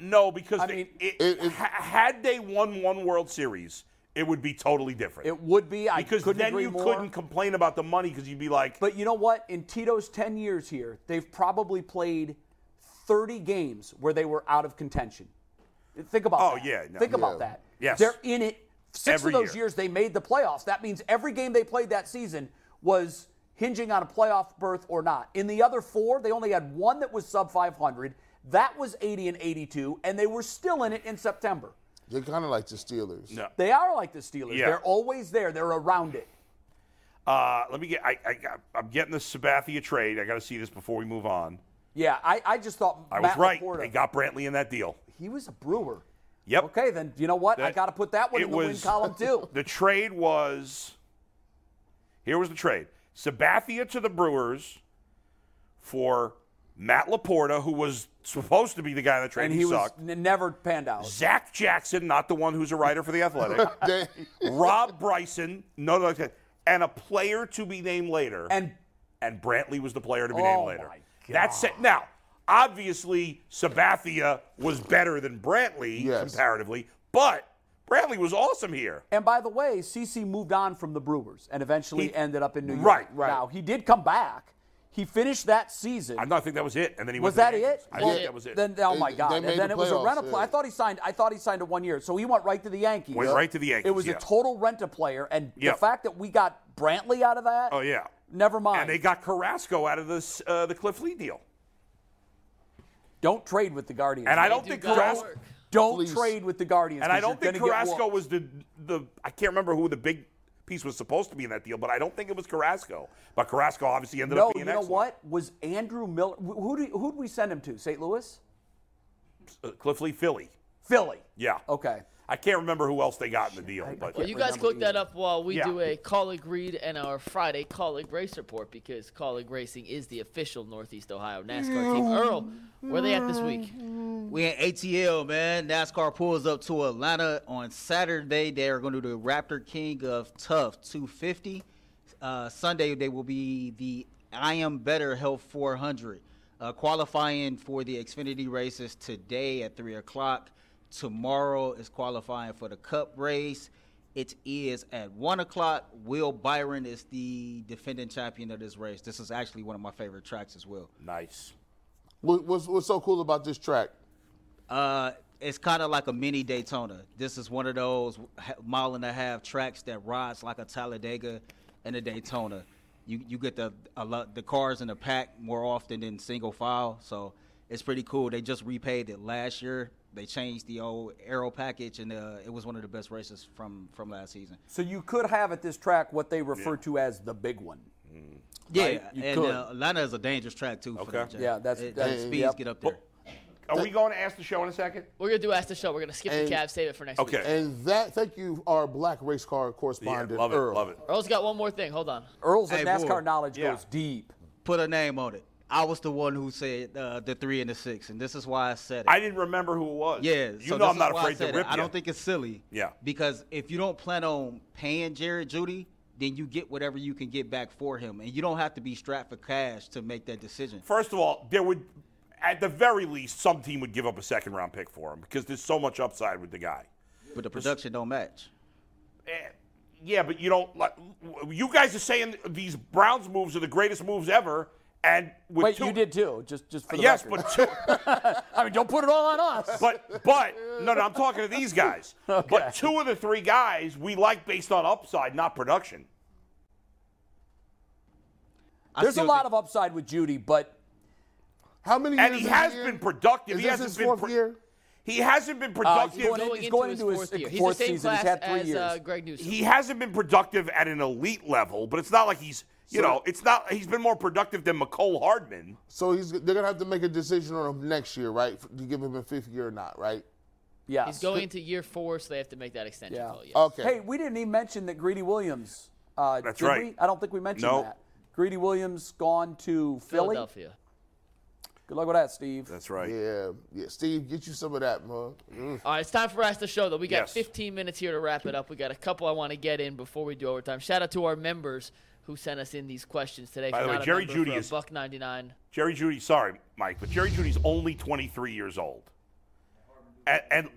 D: no, because
G: I
D: they-
G: mean-
D: it-
F: It- it-
D: ha- had they won one World Series, it would be totally different.
G: It would be. I
D: because
G: couldn't
D: then
G: agree
D: you
G: more.
D: couldn't complain about the money because you'd be like,
G: But you know what? In Tito's 10 years here, they've probably played 30 games where they were out of contention. Think about
D: Oh,
G: that.
D: yeah, no.
G: Think
F: Yeah.
G: about that.
D: Yes.
G: They're in it. Six
D: Every
G: of those
D: year.
G: years they made the playoffs. That means every game they played that season was hinging on a playoff berth or not. In the other four, they only had one that was sub 500. That was 80 and 82, and they were still in it in September.
F: They're kind of like the Steelers.
D: No.
G: They are like the Steelers.
D: Yeah.
G: They're always there. They're around it.
D: uh, "Let me get. I, I, I'm getting the Sabathia trade. I got to see this before we move on."
G: Yeah, I, I just thought
D: I
G: Matt
D: was right.
G: Laporta-
D: They got Brantley in that deal.
G: He was a brewer.
D: Yep.
G: Okay, then you know what? I
D: That-
G: got to put that one
D: it
G: in the win
D: was-
G: column too.
D: The trade was here was the trade. Sabathia to the Brewers for Matt Laporta, who was supposed to be the guy in the trade.
G: and
D: he,
G: he was
D: sucked.
G: n- never panned out.
D: Zach Jackson, not the one who's a writer for the Athletic.
F: They-
D: Rob Bryson, no, no, no, and a player to be named later.
G: And
D: and Brantley was the player to be
G: Oh
D: named later.
G: my
D: That's it. Now, obviously, Sabathia was better than Brantley
F: Yes.
D: comparatively, but Brantley was awesome here.
G: and by the way, CC moved on from the Brewers and eventually
D: He-
G: ended up in New York.
D: Right, right.
G: Now he did come back. He finished that season.
D: I know. I think that was it. And then he went
G: was that
D: to the
G: it?
D: Yankees. I
G: Well,
D: think that was it.
G: Then oh my
F: They-
G: god!
F: they made
G: and then
F: the
G: it was a
F: playoffs,
G: rental. player.
F: yeah.
G: I thought he signed. I thought he signed a one year. So he went right to the Yankees.
D: Went right to the Yankees,
G: It was
D: yeah.
G: a total rent a player, and
D: Yeah.
G: the fact that we got Brantley out of that.
D: oh yeah.
G: Never mind.
D: And they got Carrasco out of this uh, the Cliff Lee deal.
G: don't trade with the Guardians.
D: And I
G: man.
D: don't
C: do
D: think
C: God's
D: Carrasco.
C: work.
G: Don't
F: Please.
G: trade with the Guardians.
D: And I
G: 'cause you're
D: don't think
G: gonna get
D: Carrasco
G: whooped.
D: was the the. I can't remember who the big piece was supposed to be in that deal, but I don't think it was Carrasco. But Carrasco obviously ended
G: No,
D: up
G: you
D: being
G: know
D: excellent.
G: what? Was Andrew Miller? wh- Who do, who'd we send him to? St. Louis,
D: Uh, Cliff Lee Philly.
G: Philly.
D: Yeah.
G: Okay.
D: I can't remember who else they got in the deal, but
C: Well, you guys click that up while we
D: Yeah.
C: do a colleague read and our Friday colleague race report because colleague racing is the official Northeast Ohio NASCAR team. Earl, where are they at this week?
I: We in ATL, man. NASCAR pulls up to Atlanta on Saturday. They are going to do the Raptor King of Tough 250. Uh, Sunday, they will be the I Am Better Health 400. Uh, qualifying for the Xfinity races today at 3 o'clock. Tomorrow is qualifying for the Cup race. It is at 1 o'clock. Will Byron is the defending champion of this race. This is actually one of my favorite tracks as well.
D: nice.
F: What- what's, what's so cool about this track?
I: Uh, it's kind of like a mini Daytona. This is one of those ha- mile and a half tracks that rides like a Talladega and a Daytona. You you get the a lot the cars in the pack more often than single file, so it's pretty cool. They just repaved it last year. They changed the old aero package, and uh, it was one of the best races from from last season.
G: So you could have at this track what they refer to as the big one.
I: Yeah,
G: you
I: and
G: could.
I: Uh, Atlanta is a dangerous track too. For
D: Okay.
I: them, Jay.
G: Yeah, that's-
I: It-
G: that's-
I: the speeds
G: yep.
I: get up there.
D: Are we going to ask the show in a second?
C: We're gonna do Ask the Show. We're gonna skip
F: And-
C: the Cavs, save it for next
D: Okay.
C: week.
F: And that, thank you, our black race car
D: Yeah,
F: correspondent,
D: love it.
F: Earl.
D: Love it.
C: Earl's got one more thing. Hold on.
G: Earl's
I: Hey,
G: NASCAR
I: boy.
G: knowledge
D: Yeah.
G: goes deep.
I: Put a name on it. I was the one who said uh, the three and the six, and this is why I said it.
D: I didn't remember who it was.
I: Yeah,
D: you
I: so
D: know
I: this
D: I'm
I: is
D: not
I: why
D: afraid
I: I
D: to
I: said it.
D: rip.
I: I
D: you.
I: don't think it's silly.
D: Yeah.
I: Because if you don't plan on paying Jared Judy, then you get whatever you can get back for him, and you don't have to be strapped for cash to make that decision.
D: First of all, there would, at the very least, some team would give up a second round pick for him because there's so much upside with the guy.
I: But the production don't match.
D: Eh, Yeah, but you don't. Like, you guys are saying these Browns moves are the greatest moves ever, and with
G: Wait,
D: two,
G: you did too. Just just for the
D: Yes,
G: record.
D: but two,
G: I mean, don't put it all on us.
D: but but no, no, I'm talking to these guys. But two of the three guys we like based on upside, not production.
I: I
G: There's a
I: still
G: lot
I: think-
G: of upside with Judy, but
F: How many years
D: And he
F: is
D: has
F: here?
D: been productive.
F: Is
D: he
F: this
D: hasn't
F: his
D: been
F: fourth
D: pro-
F: year?
D: He hasn't been
G: Uh,
D: productive.
G: he's going,
C: Going
G: he's going
C: into his
G: into his
C: fourth year. He's
G: fourth
C: the same
G: season. He's
C: class
G: had three
C: as,
G: years.
C: uh, Greg Newsom.
D: he hasn't been productive at an elite level, but it's not like he's you know, it's not he's been more productive than McCole Hardman.
F: So he's they're gonna have to make a decision on him next year, right? To give him a fifth year or not, right?
G: yeah.
C: He's going into year four, so they have to make that extension
G: Yeah. Um,
C: call. Yes.
F: Okay.
G: Hey, we didn't even mention that Greedy Williams. Uh,
D: That's
G: did
D: right.
G: We? I don't think we mentioned
D: Nope.
G: that. Greedy Williams gone to Philly.
C: Philadelphia.
G: Good luck with that, Steve.
D: That's right.
F: Yeah, yeah. Steve, get you some of that, man. Mm.
C: All right, it's time for us to show though. We got
D: Yes.
C: 15 minutes here to wrap it up. We got a couple I want to get in before we do overtime. Shout out to our members who sent us in these questions today. If
D: By the
C: you're
D: way,
C: not a
D: Jerry
C: member
D: Jeudy
C: for a
D: is-
C: buck 99.
D: Jerry Judy, sorry, Mike, but Jerry Judy's only 23 years old. And and,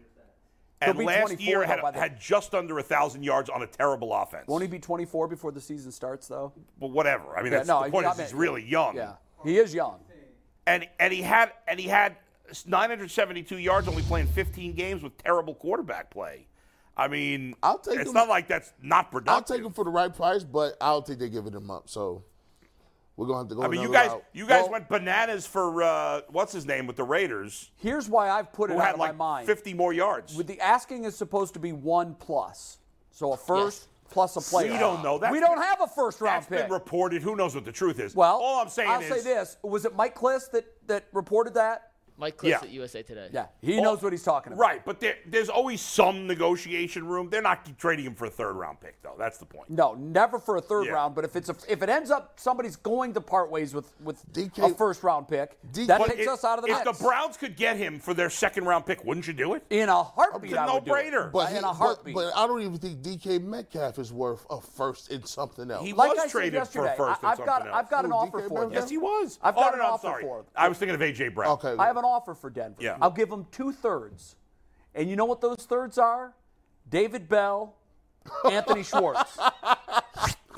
D: and
G: be
D: last
G: 24
D: year
G: though
D: had,
G: by the-
D: had just under 1,000 yards on a terrible offense.
G: Won't he be 24 before the season starts, though?
D: but whatever. I mean,
G: Yeah,
D: that's
G: no,
D: the
G: I-
D: point
G: I
D: is he's
G: meant-
D: really young.
G: Yeah, he is young.
D: And and he had and he had 972 yards only playing 15 games with terrible quarterback play. I mean,
F: I'll take
D: it's
F: him-
D: not like that's not productive.
F: I'll take him for the right price, but I don't think they're giving him up. So we're gonna have to go.
D: I mean, you
F: another
D: guys,
F: route.
D: you guys
F: Well,
D: went bananas for uh, what's his name with the Raiders,
G: Here's why I've put it
D: who
G: out
D: had
G: of
D: like
G: my mind.
D: 50 more yards.
G: With the asking is supposed to be one plus, so a first plus a player.
D: We don't know that.
G: we don't have a first round
D: That's
G: pick.
D: been reported. Who knows what the truth is?
G: well,
D: all I'm saying
G: I'll
D: is,
G: say this: was it Mike Kliss that that reported that?
C: Mike Cliss
D: Yeah.
C: at USA Today.
G: Yeah, he knows what he's talking about.
D: right? But there, there's always some negotiation room. They're not trading him for a third round pick, though. That's the point.
G: No, never for a third
D: Yeah.
G: round. But if it's a, if it ends up somebody's going to part ways with with
F: DK
G: a first round pick,
F: DK
G: that
F: But
G: takes
D: If-
G: us out of the
D: If
G: mix.
D: the Browns could get him for their second round pick, wouldn't you do it?
G: in a heartbeat,
D: It's a
G: I would do it.
D: no-brainer.
F: but
G: in
F: he-
G: a
F: but-
G: heartbeat.
F: But, I don't even think DK Metcalf is worth a first in something else.
D: He
G: like
D: was
G: I said
D: traded
G: yesterday,
D: for first
G: I,
D: and
G: have got
D: something
G: I've got an
F: Ooh,
G: offer
F: DK
G: for him.
F: Metcalf?
D: Yes, he was.
G: I've
D: oh,
G: got
D: no,
G: an
D: no, I'm
G: offer
D: sorry.
G: for him.
D: I was thinking of AJ Brown.
F: okay.
G: I have an offer for Denver.
D: Yeah.
G: I'll give them two thirds. And you know what those thirds are? David Bell, Anthony Schwartz.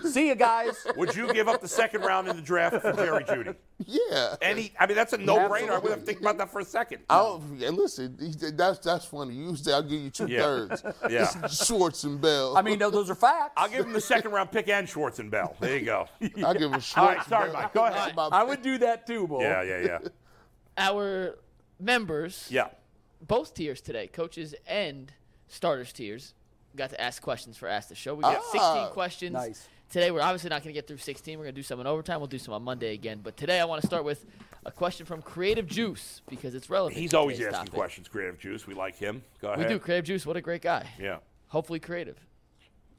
G: See you guys.
D: Would you give up the second round in the draft for Jerry Judy?
F: yeah.
D: Any, I mean, that's a no-brainer. I wouldn't
F: Absolutely.
D: think about that for a second.
F: I'll, and listen, he- that's that's funny. You say I'll give you two
D: Yeah.
F: thirds.
D: Yeah.
F: It's Schwartz and Bell.
G: I mean, no, those are facts.
D: I'll give him the second round pick and Schwartz and Bell. There you go.
F: I'll give him Schwartz.
D: All right, sorry,
F: and Bell.
D: Mike. Go ahead.
F: My-
G: I would do that too, Bull.
D: Yeah, yeah, yeah.
C: Our members,
D: Yeah.
C: both tiers today, coaches and starters tiers, got to ask questions for Ask the Show. We got 16 questions
G: Ah, Nice.
C: today. We're obviously not going to get through 16. We're going to do some in overtime. We'll do some on Monday again. But today I want to start with a question from Creative Juice because it's relevant.
D: He's
C: to
D: always
C: today's
D: asking
C: topic.
D: questions, Creative Juice. We like him. Go
C: We
D: ahead.
C: do. Creative Juice, what a great guy.
D: Yeah.
C: hopefully creative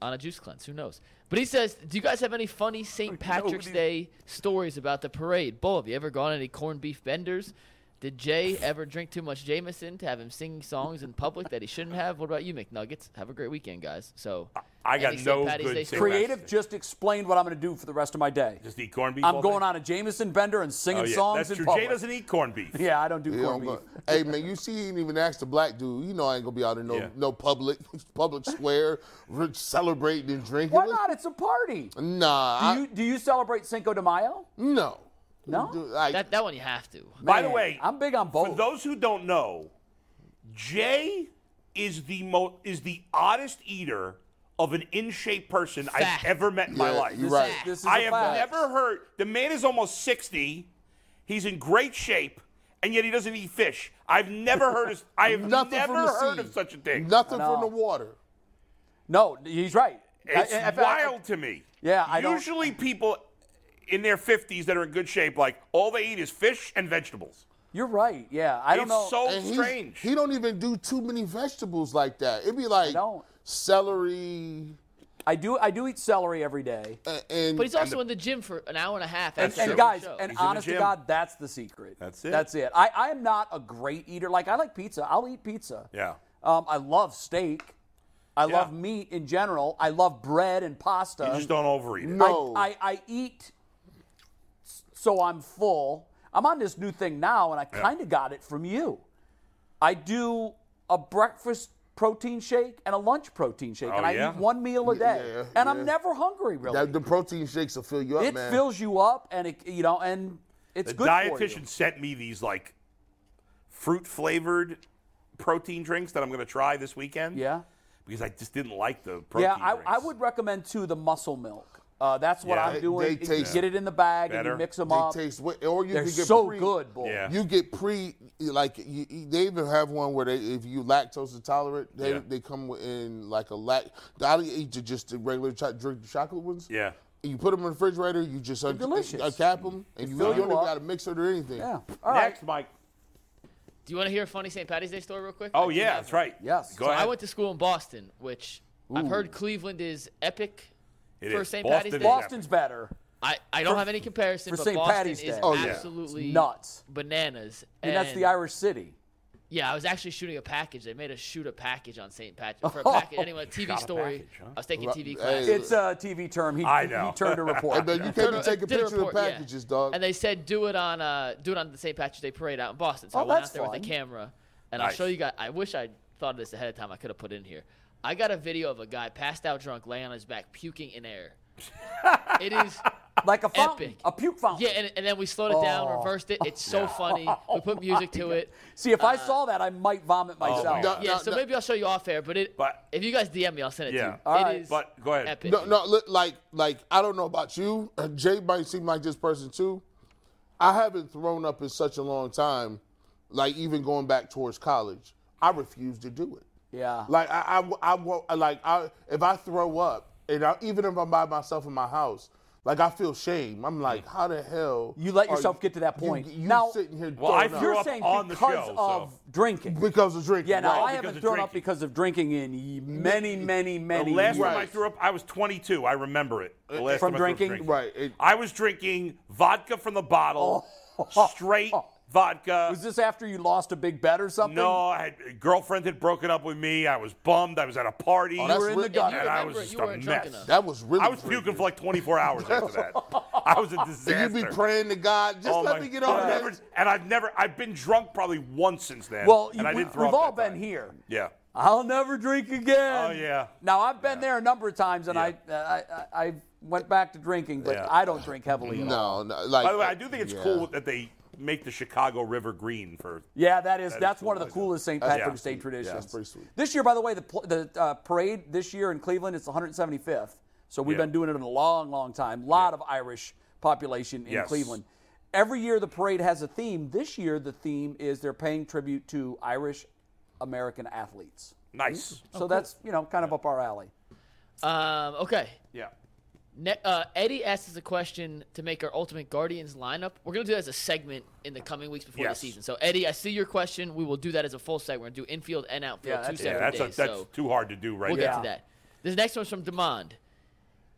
C: on a juice cleanse. Who knows? But he says, "Do you guys have any funny St. Patrick's Day stories about the parade? Bull, have you ever gone on any corned beef benders? Did Jay ever drink too much Jameson to have him singing songs in public that he shouldn't have? What about you, McNuggets? Have a great weekend, guys." So
D: I got
C: any St.
D: no
C: Patty's
D: good
C: Day
D: St.
C: stories?
G: Creative just explained what I'm going to do for the rest of my day.
D: Just eat corned beef.
G: I'm
D: all
G: going
D: day?
G: on a Jameson bender and singing
D: Oh, yeah.
G: songs
D: That's
G: in
D: true.
G: public.
D: Jay doesn't eat corned beef.
G: yeah, I don't do
F: Yeah,
G: corned
F: I'm
G: beef.
F: gonna- hey man, you see, he didn't even ask the black dude. You know, I ain't gonna be out in no
D: Yeah.
F: no public public square r- celebrating and drinking.
G: Why not? It's a party. Do
F: Nah, I,
G: you do you celebrate Cinco de Mayo?
F: no,
G: No?
F: Dude, like,
C: that that one you have to.
D: By the
G: Man,
D: way,
G: I'm big on
D: For
G: both.
D: those who don't know, Jay is the mo- is the oddest eater of an in shape person
C: Fact.
D: I've ever met in my
F: Yeah,
D: life.
F: you're right.
G: This is
D: I
G: a
D: have
G: fact.
D: never heard. The man is almost 60. He's in great shape, and yet he doesn't eat fish. I've never heard of. I have
F: nothing
D: never
F: from the
D: heard
F: sea.
D: of such a thing.
F: Nothing
G: I
F: from the
G: know.
F: water.
G: No, he's right. I-
D: It's
G: in fact, I-
D: wild to me.
G: Yeah, I don't-
D: usually people in their 50s that are in good shape, like all they eat is fish and vegetables.
G: You're right. Yeah, I don't
D: it's
G: know.
D: so
F: And he's-
D: strange.
F: He don't even do too many vegetables like that. It'd be like
G: don't.
F: celery,
G: I do I do eat celery every day.
F: A- And
C: But he's also in the gym for an hour and a half.
G: And,
C: after
G: and
C: the
G: guys,
C: show.
G: and
D: He's in the
G: honest to
D: gym.
G: God, that's the secret.
D: That's it.
G: That's it. I, I am not a great eater. Like I like pizza. I'll eat pizza.
D: Yeah.
G: Um, I love steak. I
D: Yeah.
G: love meat in general. I love bread and pasta.
D: You just don't overeat it.
G: I-
F: No.
G: I, I, eat s- so I'm full. I'm on this new thing now, and I kind of got it from you. I do a breakfast protein shake and a lunch protein shake,
D: Oh,
G: and I
D: yeah?
G: eat one meal a
F: Yeah,
G: day,
F: yeah,
G: and
F: yeah.
G: I'm never hungry really.
F: that, the protein shakes will fill you up,
G: it
F: man.
G: fills you up, and it you know, and it's
D: The
G: good for
D: dietitian
G: you.
D: sent me these like fruit flavored protein drinks that I'm going to try this weekend.
G: Yeah,
D: Because I just didn't like the protein.
G: yeah. I,
D: drinks.
G: I would recommend too the muscle milk. Uh, that's what
D: Yeah. They-
G: I'm doing.
F: they
G: You
F: taste
G: get it in the bag and
D: better.
G: you mix them
F: they
G: up.
F: taste wa- or you
G: They're
F: can get
G: so
F: pre-
G: good, boy.
D: Yeah.
F: You get pre like you, you- they even have one where they if you lactose intolerant they,
D: Yeah.
F: they come in like a lac. I eat the- just the regular cho- drink the chocolate ones.
D: Yeah.
F: You put them in the refrigerator. You just un-
G: delicious.
F: uncap them and you,
G: fills
F: don't even
G: you up.
F: got a mixer or anything.
G: Yeah. All right.
D: Next, Mike.
C: do you want to hear a funny St. Patty's Day story real quick?
D: Oh
C: I do
D: yeah,
C: have
D: that's right.
G: Yes.
D: Go
C: So
D: ahead.
C: I went to school in Boston, which I've heard Cleveland is epic
D: It
C: for
D: is.
C: St.
D: Boston
C: Patty's
D: is
C: Day.
D: epic.
G: Boston's better.
C: I, I don't have any comparison,
G: for
C: but
G: St.
C: Boston
G: Patty's
C: is
G: Day. Oh,
F: yeah.
C: absolutely
G: Nuts.
C: bananas.
G: I mean, that's the Irish city.
C: Yeah, I was actually shooting a package. They made us shoot a package on St. Patrick
G: Oh,
C: for a package. Anyway, a TV story.
D: package, huh?
C: I was taking
F: Ru-
C: TV
F: hey,
C: class.
G: It's a TV term. He,
D: I know.
G: he turned a
F: Hey,
G: report.
F: man, you can't be taking
C: Did a
F: pictures of
C: report, yeah.
F: packages, dog.
C: And they said do it on uh, do it on the St. Patrick's Day parade out in Boston. So
G: Oh,
C: I went
G: that's
C: out there with
G: fun.
C: a camera, and
D: Nice.
C: I'll show you guys. I wish I thought of this ahead of time. I could have put it in here. I got a video of a guy passed out drunk, laying on his back, puking in air. it is.
G: like a fountain,
C: Epic.
G: a puke fountain.
C: Yeah, and, and then we slowed it down,
D: Oh.
C: reversed it. It's so funny. We put music to it.
G: See, if
D: uh,
G: I saw that, I might vomit
D: Oh,
G: myself.
F: No,
C: Yeah,
F: no,
C: so
F: no.
C: maybe I'll show you off air, but it.
D: But-
C: if you guys DM me, I'll send it
D: Yeah.
C: to you.
D: All
C: It
G: right.
C: is
D: But go ahead.
C: epic.
F: No, no, look, like, like I don't know about you. uh, Jay might seem like this person too. I haven't thrown up in such a long time, like even going back towards college. I refuse to do it.
G: Yeah.
F: Like I, I w- I won't- uh, like I, if I throw up, and I, even if I'm by myself in my house, like I feel shame. I'm like, how the hell
G: Hmm. You let
F: are
G: yourself get to that
F: you-
G: point.
F: You,
G: Now-
F: sitting here
D: Well, I
F: throwing
D: threw
G: You're
D: up
F: up
G: saying
D: on the
G: because
D: show,
G: of
D: so-
G: drinking.
F: because of drinking.
G: yeah, now
F: right.
G: I
D: because
G: haven't
D: of
G: thrown up
D: drinking.
G: because of drinking in ye- many, many,
D: The
G: many
D: last
G: years.
D: time I threw up, I was 22. I remember it. The last
G: From
D: time I threw up
G: drinking?
F: Right. It-
D: I was drinking vodka from the bottle,
F: Oh.
D: straight vodka.
G: Was this after you lost a big bet or something?
D: no, I had, a girlfriend had broken up with me. I was bummed. I was at a party.
F: Oh, that's
G: were in the
F: real-
C: If you
G: gutter.
D: and
C: remember
D: I was
C: it,
D: just
C: you
D: a
C: weren't drunk
D: mess.
C: enough.
F: that was really.
D: I was
F: drinking.
D: puking for like 24 hours after that. I was a disaster.
F: And you be praying to God, just
D: Oh
F: let
D: my
F: me get
D: God.
F: on
D: Never-
F: this.
D: and I've never, I've been drunk probably once since then.
G: Well,
D: and
G: you,
D: I
G: we,
D: didn't throw
G: have
D: up
G: all
D: that
G: been
D: time.
G: here.
D: Yeah.
G: I'll never drink again.
D: Oh, yeah.
G: Now I've been there a number of times, and
D: Yeah.
G: I, uh, I, I, I went back to drinking, but
D: Yeah.
G: I don't drink heavily at all.
F: No, no, like. uh,
D: By the way, I do think it's
F: yeah.
D: cool that they make the Chicago River green for.
G: Yeah, that is.
D: That is
G: that's
D: cool,
G: one of
D: I
G: the
D: know.
G: coolest St.
D: That's
G: Patrick's
D: pretty
G: Day traditions.
F: That's pretty sweet.
G: This year, by the way, the pl- the uh, parade this year in Cleveland it's the 175th. So we've
D: Yeah.
G: been doing it in a long, long time. A lot of Irish population in
D: Yes.
G: Cleveland. Every year the parade has a theme. This year the theme is they're paying tribute to Irish American athletes.
D: Nice.
G: So that's you know kind of up our alley.
C: Um, okay.
D: Yeah.
C: Ne- uh, Eddie asked us a question to make our Ultimate Guardians lineup. We're going to do that as a segment in the coming weeks before
D: Yes.
C: the season. So, Eddie, I see your question. We will do that as a full segment. We're going to do infield and outfield
G: Yeah,
C: two
G: that's-
D: Yeah,
C: separate
D: that's,
C: days.
D: a, that's
C: so,
D: too hard to do right
C: we'll
D: now.
C: get to that. This next one's from Demand.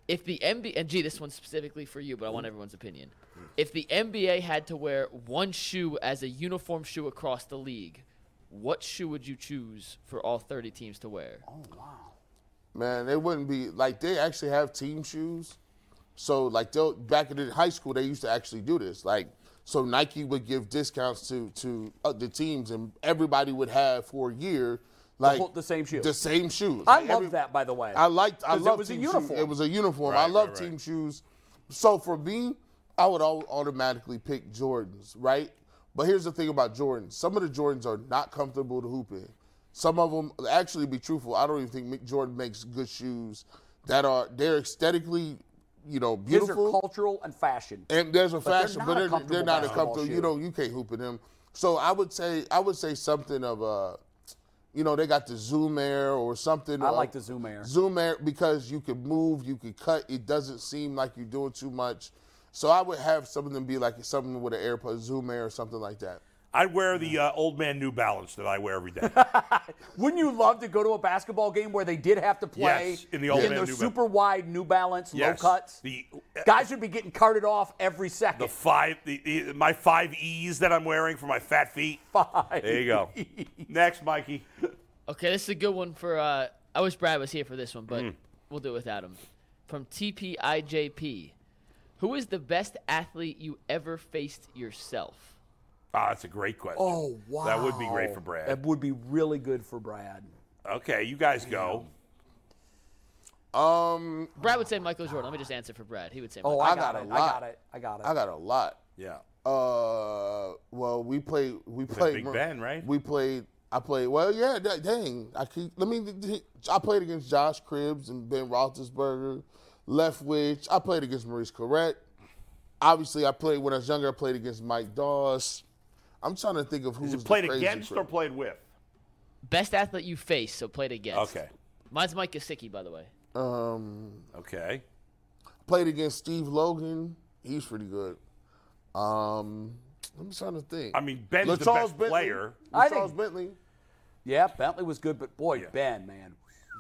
C: If the NBA, and gee, this one's specifically for you, but I want everyone's opinion. If the NBA had to wear one shoe as a uniform shoe across the league, what shoe would you choose for all 30 teams to wear?
F: Man, it wouldn't be like they actually have team shoes. So like they'll back in high school they used to actually do this. Like so Nike would give discounts to to uh, the teams and everybody would have for a year like
G: whole- the same shoe.
F: The same shoes.
G: I
F: Like,
G: love
F: every-
G: that, by the way.
F: I liked I
G: 'Cause
F: loved
G: it was a
F: team shoes.
G: uniform.
F: It was a uniform. I
D: Right,
F: love
D: right,
F: team
D: right.
F: shoes. So for me, I would all automatically pick Jordans, right? But here's the thing about Jordans. Some of the Jordans are not comfortable to hoop in. Some of them, actually, to be truthful, I don't even think Mick Jordan makes good shoes that are they're aesthetically, you know,
G: These are
F: beautiful.
G: cultural and fashion.
F: And there's a
G: they're
F: fashion,
G: not
F: but
G: a
F: they're, they're,
G: comfortable
F: not a
G: basketball
F: comfortable. You
G: shoe.
F: know, you can't hoop in them. So I would say I would say something of uh, you know, they got the Zoom Air or something.
G: I
F: of-
G: like the Zoom Air.
F: Zoom Air because you can move, you can cut. It doesn't seem like you're doing too much. So I would have some of them be like something with an AirPod Zoom Air or something like that.
D: I'd wear the uh, old man New Balance that I wear every day.
G: Wouldn't you love to go to a basketball game where they did have to play
D: Yes, in the old man
G: their
D: New Balance.
G: super wide New Balance,
D: Yes.
G: low cuts?
D: The uh,
G: Guys would be getting carted off every second.
D: the five the, the my five E's that I'm wearing for my fat feet.
G: Five.
D: There you go. Next, Mikey.
C: Okay, this is a good one for. Uh, I wish Brad was here for this one, but
D: Mm-hmm.
C: we'll do it without him. From TPIJP, who is the best athlete you ever faced yourself?
D: Ah, that's a great question.
G: Oh wow.
D: That would be great for Brad.
G: That would be really good for Brad.
D: Okay, you guys go.
F: Um,
C: Brad would say Michael Jordan. Let me just answer for Brad. He would say.
G: Oh,
C: Michael.
G: I,
F: I
G: got,
F: got a
G: it. I
F: lot.
G: got it. I got it.
F: I got a lot.
D: Yeah.
F: Uh, well, we played. We played
D: Big
F: Mer-
D: Ben, right?
F: We played. I played. Well, yeah. da- Dang. I keep. Let me. I played against Josh Cribbs and Ben Roethlisberger, Leftwich. I played against Maurice Corrett. Obviously, I played when I was younger. I played against Mike Dawes. I'm trying to think of who
D: Is
F: was
D: it played
F: the crazy
D: against
F: cri-
D: or played with?
C: Best athlete you faced, so played against.
D: Okay.
C: Mine's Mike Gesicki, by the way.
F: um
D: Okay.
F: played against Steve Logan. He's pretty good. Um, I'm trying to think.
D: I mean, Ben's the
F: LaCharles
D: best player.
G: I
F: LaCharles
G: think-
F: Bentley.
G: Yeah, Bentley was good, but boy, Ben, man.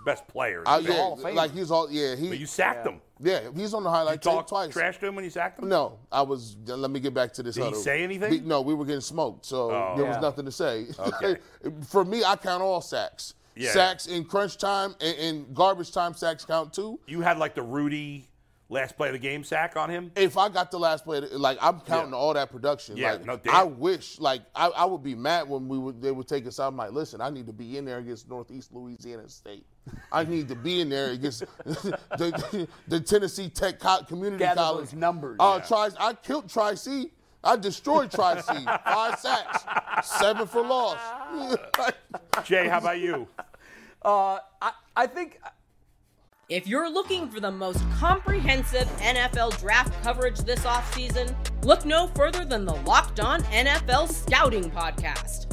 D: Best player.
F: I,
D: Ben.
F: yeah,
G: Hall of Famer.
F: like he's all yeah he
D: But you sacked him.
F: yeah he's on the highlight
D: You
F: tape
D: talked
F: twice.
D: trash to him when you sacked him?
F: No, I was. Let me get back to this.
D: Did he
F: other-
D: say anything? Oh.
F: Be- no, we were getting smoked, so there was
G: Yeah.
F: nothing to say.
D: Okay.
F: For me, I count all sacks.
D: Yeah.
F: Sacks in crunch time and, and garbage time sacks count too.
D: You had like the Rudy last play of the game sack on him?
F: if I got the last play, like I'm counting all that production.
D: Yeah,
F: like,
D: no, damn.
F: I wish, like I, I would be mad when we would they would take us out. I'm like, listen, I need to be in there against Northeast Louisiana State. I need to be in there against the, the Tennessee Tech Co- Community
G: Gather
F: College
G: those numbers.
F: Uh, Tri, I killed Tri C. I destroyed Tri C. Five sacks, seven for loss.
D: Jay, how about you?
G: Uh, I, I think
H: If you're looking for the most comprehensive NFL draft coverage this offseason, look no further than the Locked On NFL Scouting Podcast.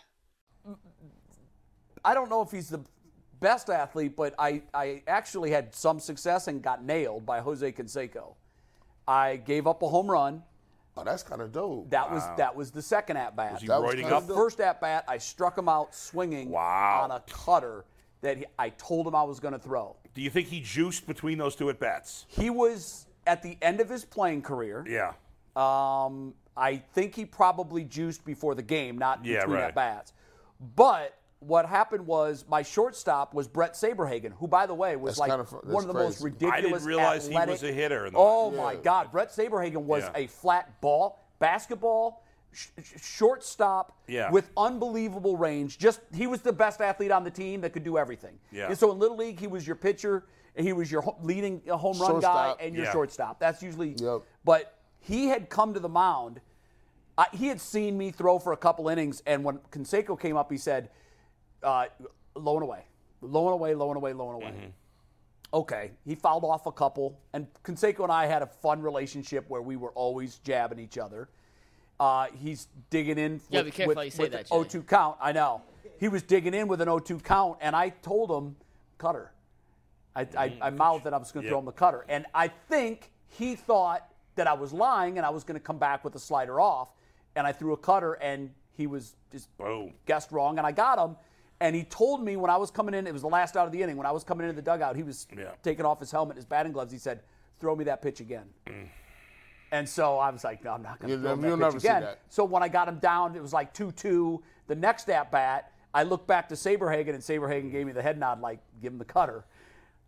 G: I don't know if he's the best athlete, but I, I actually had some success and got nailed by Jose Canseco. I gave up a home run.
F: Oh, that's kind of dope.
G: That was that was the second at bat.
D: Was he
F: That was
D: roiding
F: kinda
D: up?
F: dope.
G: First at bat, I struck him out swinging
D: Wow.
G: on a cutter that he, I told him I was going to throw.
D: Do you think he juiced between those two at bats?
G: He was at the end of his playing career.
D: Yeah.
G: Um, I think he probably juiced before the game, not
D: Yeah,
G: between
D: right.
G: at bats. But what happened was my shortstop was Brett Saberhagen, who, by the way, was
F: That's
G: like
F: kinda fu- that's
G: one of the most
F: crazy. I
G: ridiculous.
D: realize he was
G: athletic-
D: a hitter in the-
G: oh my God, Brett Saberhagen was
D: Yeah.
G: a flat ball basketball sh- sh- shortstop
D: Yeah.
G: with unbelievable range. Just he was the best athlete on the team that could do everything.
D: Yeah.
G: And so in little league, he was your pitcher, he was your ho- leading uh, home run
F: Shortstop.
G: guy, and your
D: Yeah.
G: shortstop. That's usually.
F: Yep.
G: But he had come to the mound. I, he had seen me throw for a couple innings, and when Conseco came up, he said, uh, "Low and away, low and away, low and away, low and away." Okay, he fouled off a couple, and Conseco and I had a fun relationship where we were always jabbing each other. Uh, he's digging in.
C: Yeah,
G: with,
C: be careful
G: with,
C: how you say
G: with
C: that,
G: an
C: Jay.
G: 0-2 count. I know. He was digging in with an 0-2 count, and I told him, "Cutter." I, I, I mouthed that I was going to throw him the cutter. And I think he thought that I was lying and I was going to come back with a slider off. And I threw a cutter and he was just
D: Boom.
G: guessed wrong and I got him. And he told me when I was coming in, it was the last out of the inning, when I was coming into the dugout, he was
D: Yeah.
G: taking off his helmet, his batting gloves. He said, throw me that pitch again.
D: Mm.
G: And so I was like, no, I'm not going
F: You-
G: to throw him that
F: you'll
G: pitch
F: never see
G: again.
F: that.
G: So when I got him down, it was like 2 2. The next at bat, I looked back to Saberhagen, and Saberhagen gave me the head nod, like, give him the cutter.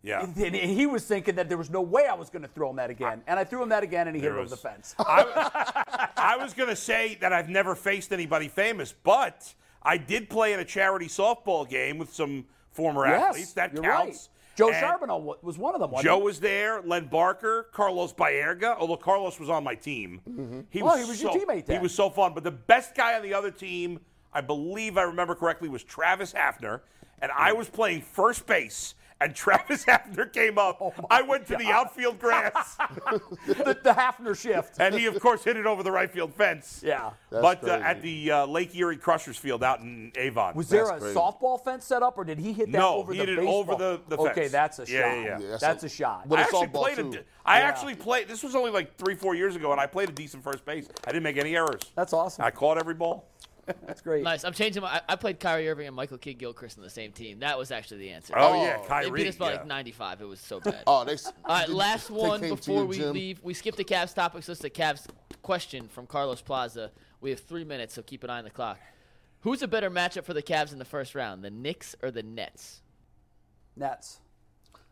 D: Yeah.
G: And, and he was thinking that there was no way I was going to throw him that again. And I threw him that again, and he hit it
D: There
G: over the
D: was-
G: fence.
D: I was going to say that I've never faced anybody famous, but I did play in a charity softball game with some former athletes. That
G: you're
D: counts.
G: right. Joe
D: And
G: Charbonneau wa- was one of them. Wasn't
D: Joe
G: he?
D: was there, Len Barker, Carlos Baerga, although Carlos was on my team. He
G: Oh, he was your teammate
D: He
G: then.
D: was so fun. But the best guy on the other team, I believe I remember correctly, was Travis Hafner, and I was playing first base. And Travis Hafner came up.
G: Oh
D: I went to the outfield grass,
G: the, the Hafner shift.
D: and he, of course, hit it over the right field fence.
G: Yeah.
F: That's
D: but uh, at
F: crazy.
D: the uh, Lake Erie Crushers Field out in Avon.
G: Was there
F: That's
G: a
F: crazy.
G: softball fence set up, or did he hit that
D: No,
G: over
D: he
G: the
D: hit it
G: baseball?
D: over the- the
G: okay,
D: fence.
G: that's a
D: Yeah,
G: shot.
D: yeah, yeah.
F: Yeah,
G: that's,
F: that's
G: a,
F: a-
G: shot.
F: but
D: I
F: it's
D: actually
F: softball,
D: played. A,
F: too.
D: de- I
G: Yeah.
D: actually played. This was only like three, four years ago, and I played a decent first base. I didn't make any errors.
G: that's awesome.
D: I caught every ball.
G: that's great.
C: Nice. I'm changing my. I, I played Kyrie Irving and Michael Kidd Gilchrist on the same team. That was actually the answer.
D: Oh, yeah,
C: They
D: Kyrie.
C: beat us by
D: yeah.
C: like 95. It was so bad. All
F: Oh, they. s-
C: right,
F: they-
C: last
F: they
C: one
F: came to
C: before
F: your
C: we
F: gym.
C: leave. We skipped the Cavs topics. Let's the Cavs question from Carlos Plaza. We have three minutes, so keep an eye on the clock. Who's a better matchup for the Cavs in the first round, the Knicks or the Nets?
G: Nets.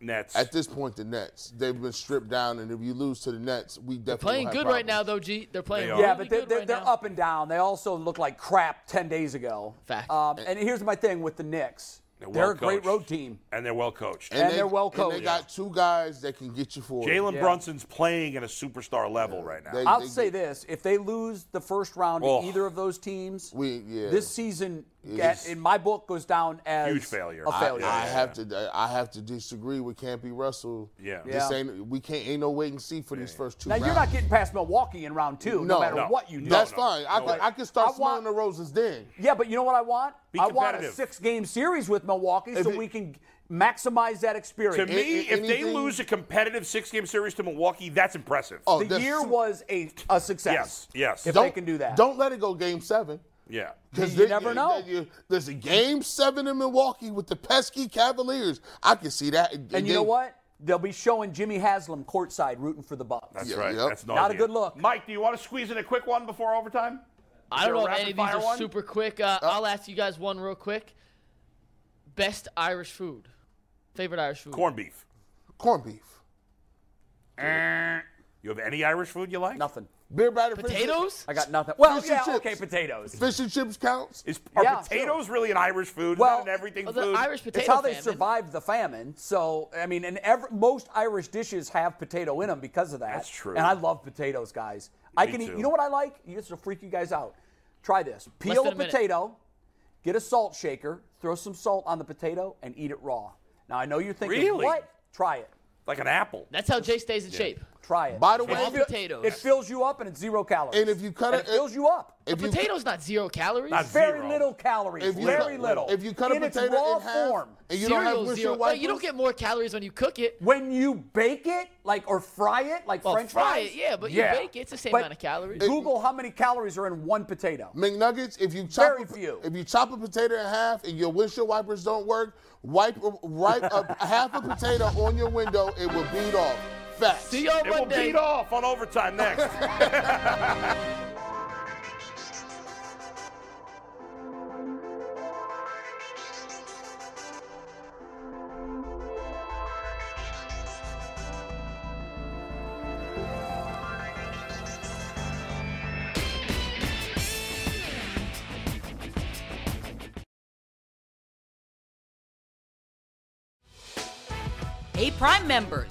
D: Nets.
F: At this point, the Nets. They've been stripped down, and if you lose to the Nets, we definitely
C: Playing
F: will
C: good
F: have
C: right now,
F: problems.
C: though, G. They're playing
D: They are.
C: really
G: Yeah, but they,
C: good
G: they,
C: right
G: they're
C: now.
G: up and down. They also look like crap 10 days ago.
C: Fact.
G: Um, and here's my thing with the Knicks. They're,
D: They're
G: a great
D: well-coached.
G: road team.
D: and they're well coached.
G: And they're well
F: And
G: coached.
F: they got two guys that can get you forward.
D: Jalen
G: Yeah.
D: Brunson's playing at a superstar level right now.
F: They-
G: I'll
F: they
G: say
F: get-
G: this. If they lose the first round
D: Oh.
G: to either of those teams,
F: We yeah.
G: this season,
F: Yes.
G: at- in my book, goes down as
D: Huge failure.
G: a
D: I-
G: failure.
F: I have to I have to disagree with Campy Russell.
D: Yeah.
F: This
G: Yeah.
F: ain't we can't ain't no wait and see for these first two.
G: now,
F: rounds.
G: you're not getting past Milwaukee in round two, no, matter
D: no.
G: what you do.
F: That's
D: no,
F: fine. I,
D: no
F: can,
D: way.
F: I can start
G: I want-
F: smelling the roses then.
G: Yeah, but you know what I want?
D: Be
G: I want a
D: competitive.
G: six-game series with Milwaukee so
F: it-
G: we can maximize that experience.
D: To me,
F: a-
D: if they
F: anything-
D: lose a competitive six-game series to Milwaukee, that's impressive.
F: Oh,
G: the
F: that's-
G: year was a, a success.
D: yes, yes,
G: If
F: don't-
G: they can do that.
F: Don't let it go game seven.
D: yeah.
F: Because
G: You never know.
F: There's a game seven in Milwaukee with the pesky Cavaliers. I can see that.
G: And you know what? They'll be showing Jimmy Haslam courtside rooting for the Bucks.
D: That's
F: Yeah,
D: right.
F: yep.
D: That's
G: Not a
D: nauseating.
G: good look.
D: Mike, do you want to squeeze in a quick one before overtime?
C: I don't
D: there a
C: know if any of these
D: rapid-fire
C: are
D: one?
C: super quick. Uh, I'll ask you guys one real quick. Best Irish food, favorite Irish food.
D: Corned beef.
F: Corned beef.
D: You have any Irish food you like?
G: Nothing.
F: Beer batter fish-
C: Potatoes?
G: I got nothing. Well,
F: Fish and
G: yeah,
F: chips.
G: okay, potatoes.
F: Fish and chips counts.
D: Is, are
G: Yeah,
D: potatoes really an Irish food?
G: Well-
D: Is that an everything
C: Oh,
D: food?
C: the Irish potato
G: It's how they
C: famine.
G: survived the famine. So, I mean, and ever, most Irish dishes have potato in them because of that.
D: That's true.
G: And I love potatoes, guys. I
D: Me
G: can eat.
D: too.
G: You know what I like? This will freak you guys out. Try this. Peel
C: than
G: a
C: a minute.
G: potato, get a salt shaker, throw some salt on the potato, and eat it raw. Now, I know you're thinking,
D: Really?
G: what? Try it.
D: like an apple.
C: That's how Jay stays in shape.
G: Try it.
F: By the
C: All
F: way,
G: It fill-
C: potatoes.
G: It fills you up and it's zero calories.
F: And if you cut
G: And
F: it-
G: it fills you up.
F: if you-
C: Potatoes not zero calories.
D: Not zero.
G: Very little calories.
F: If you
G: very
F: cut-
G: little.
F: If you cut a
G: in its
F: potato
G: raw
F: in half
G: form.
F: and you don't
C: Cereal
F: have
C: zero.
F: Wisher
C: Wait, you don't
F: wipers,
C: get more calories when you cook it.
G: When you bake it, like or fry it, like
C: Well,
G: French
C: fry
G: fries.
C: it, yeah, but you bake it, it's the same amount of calories.
G: Google how many calories are in one potato.
F: McNuggets, if you chop
G: Very
F: a,
G: few.
F: if you chop a potato in half and your windshield wipers don't work, wipe wipe a half a potato on your window, it will beat off. Facts.
C: See y'all
D: It will
C: Monday.
D: beat off on overtime next.
H: Hey, Prime members,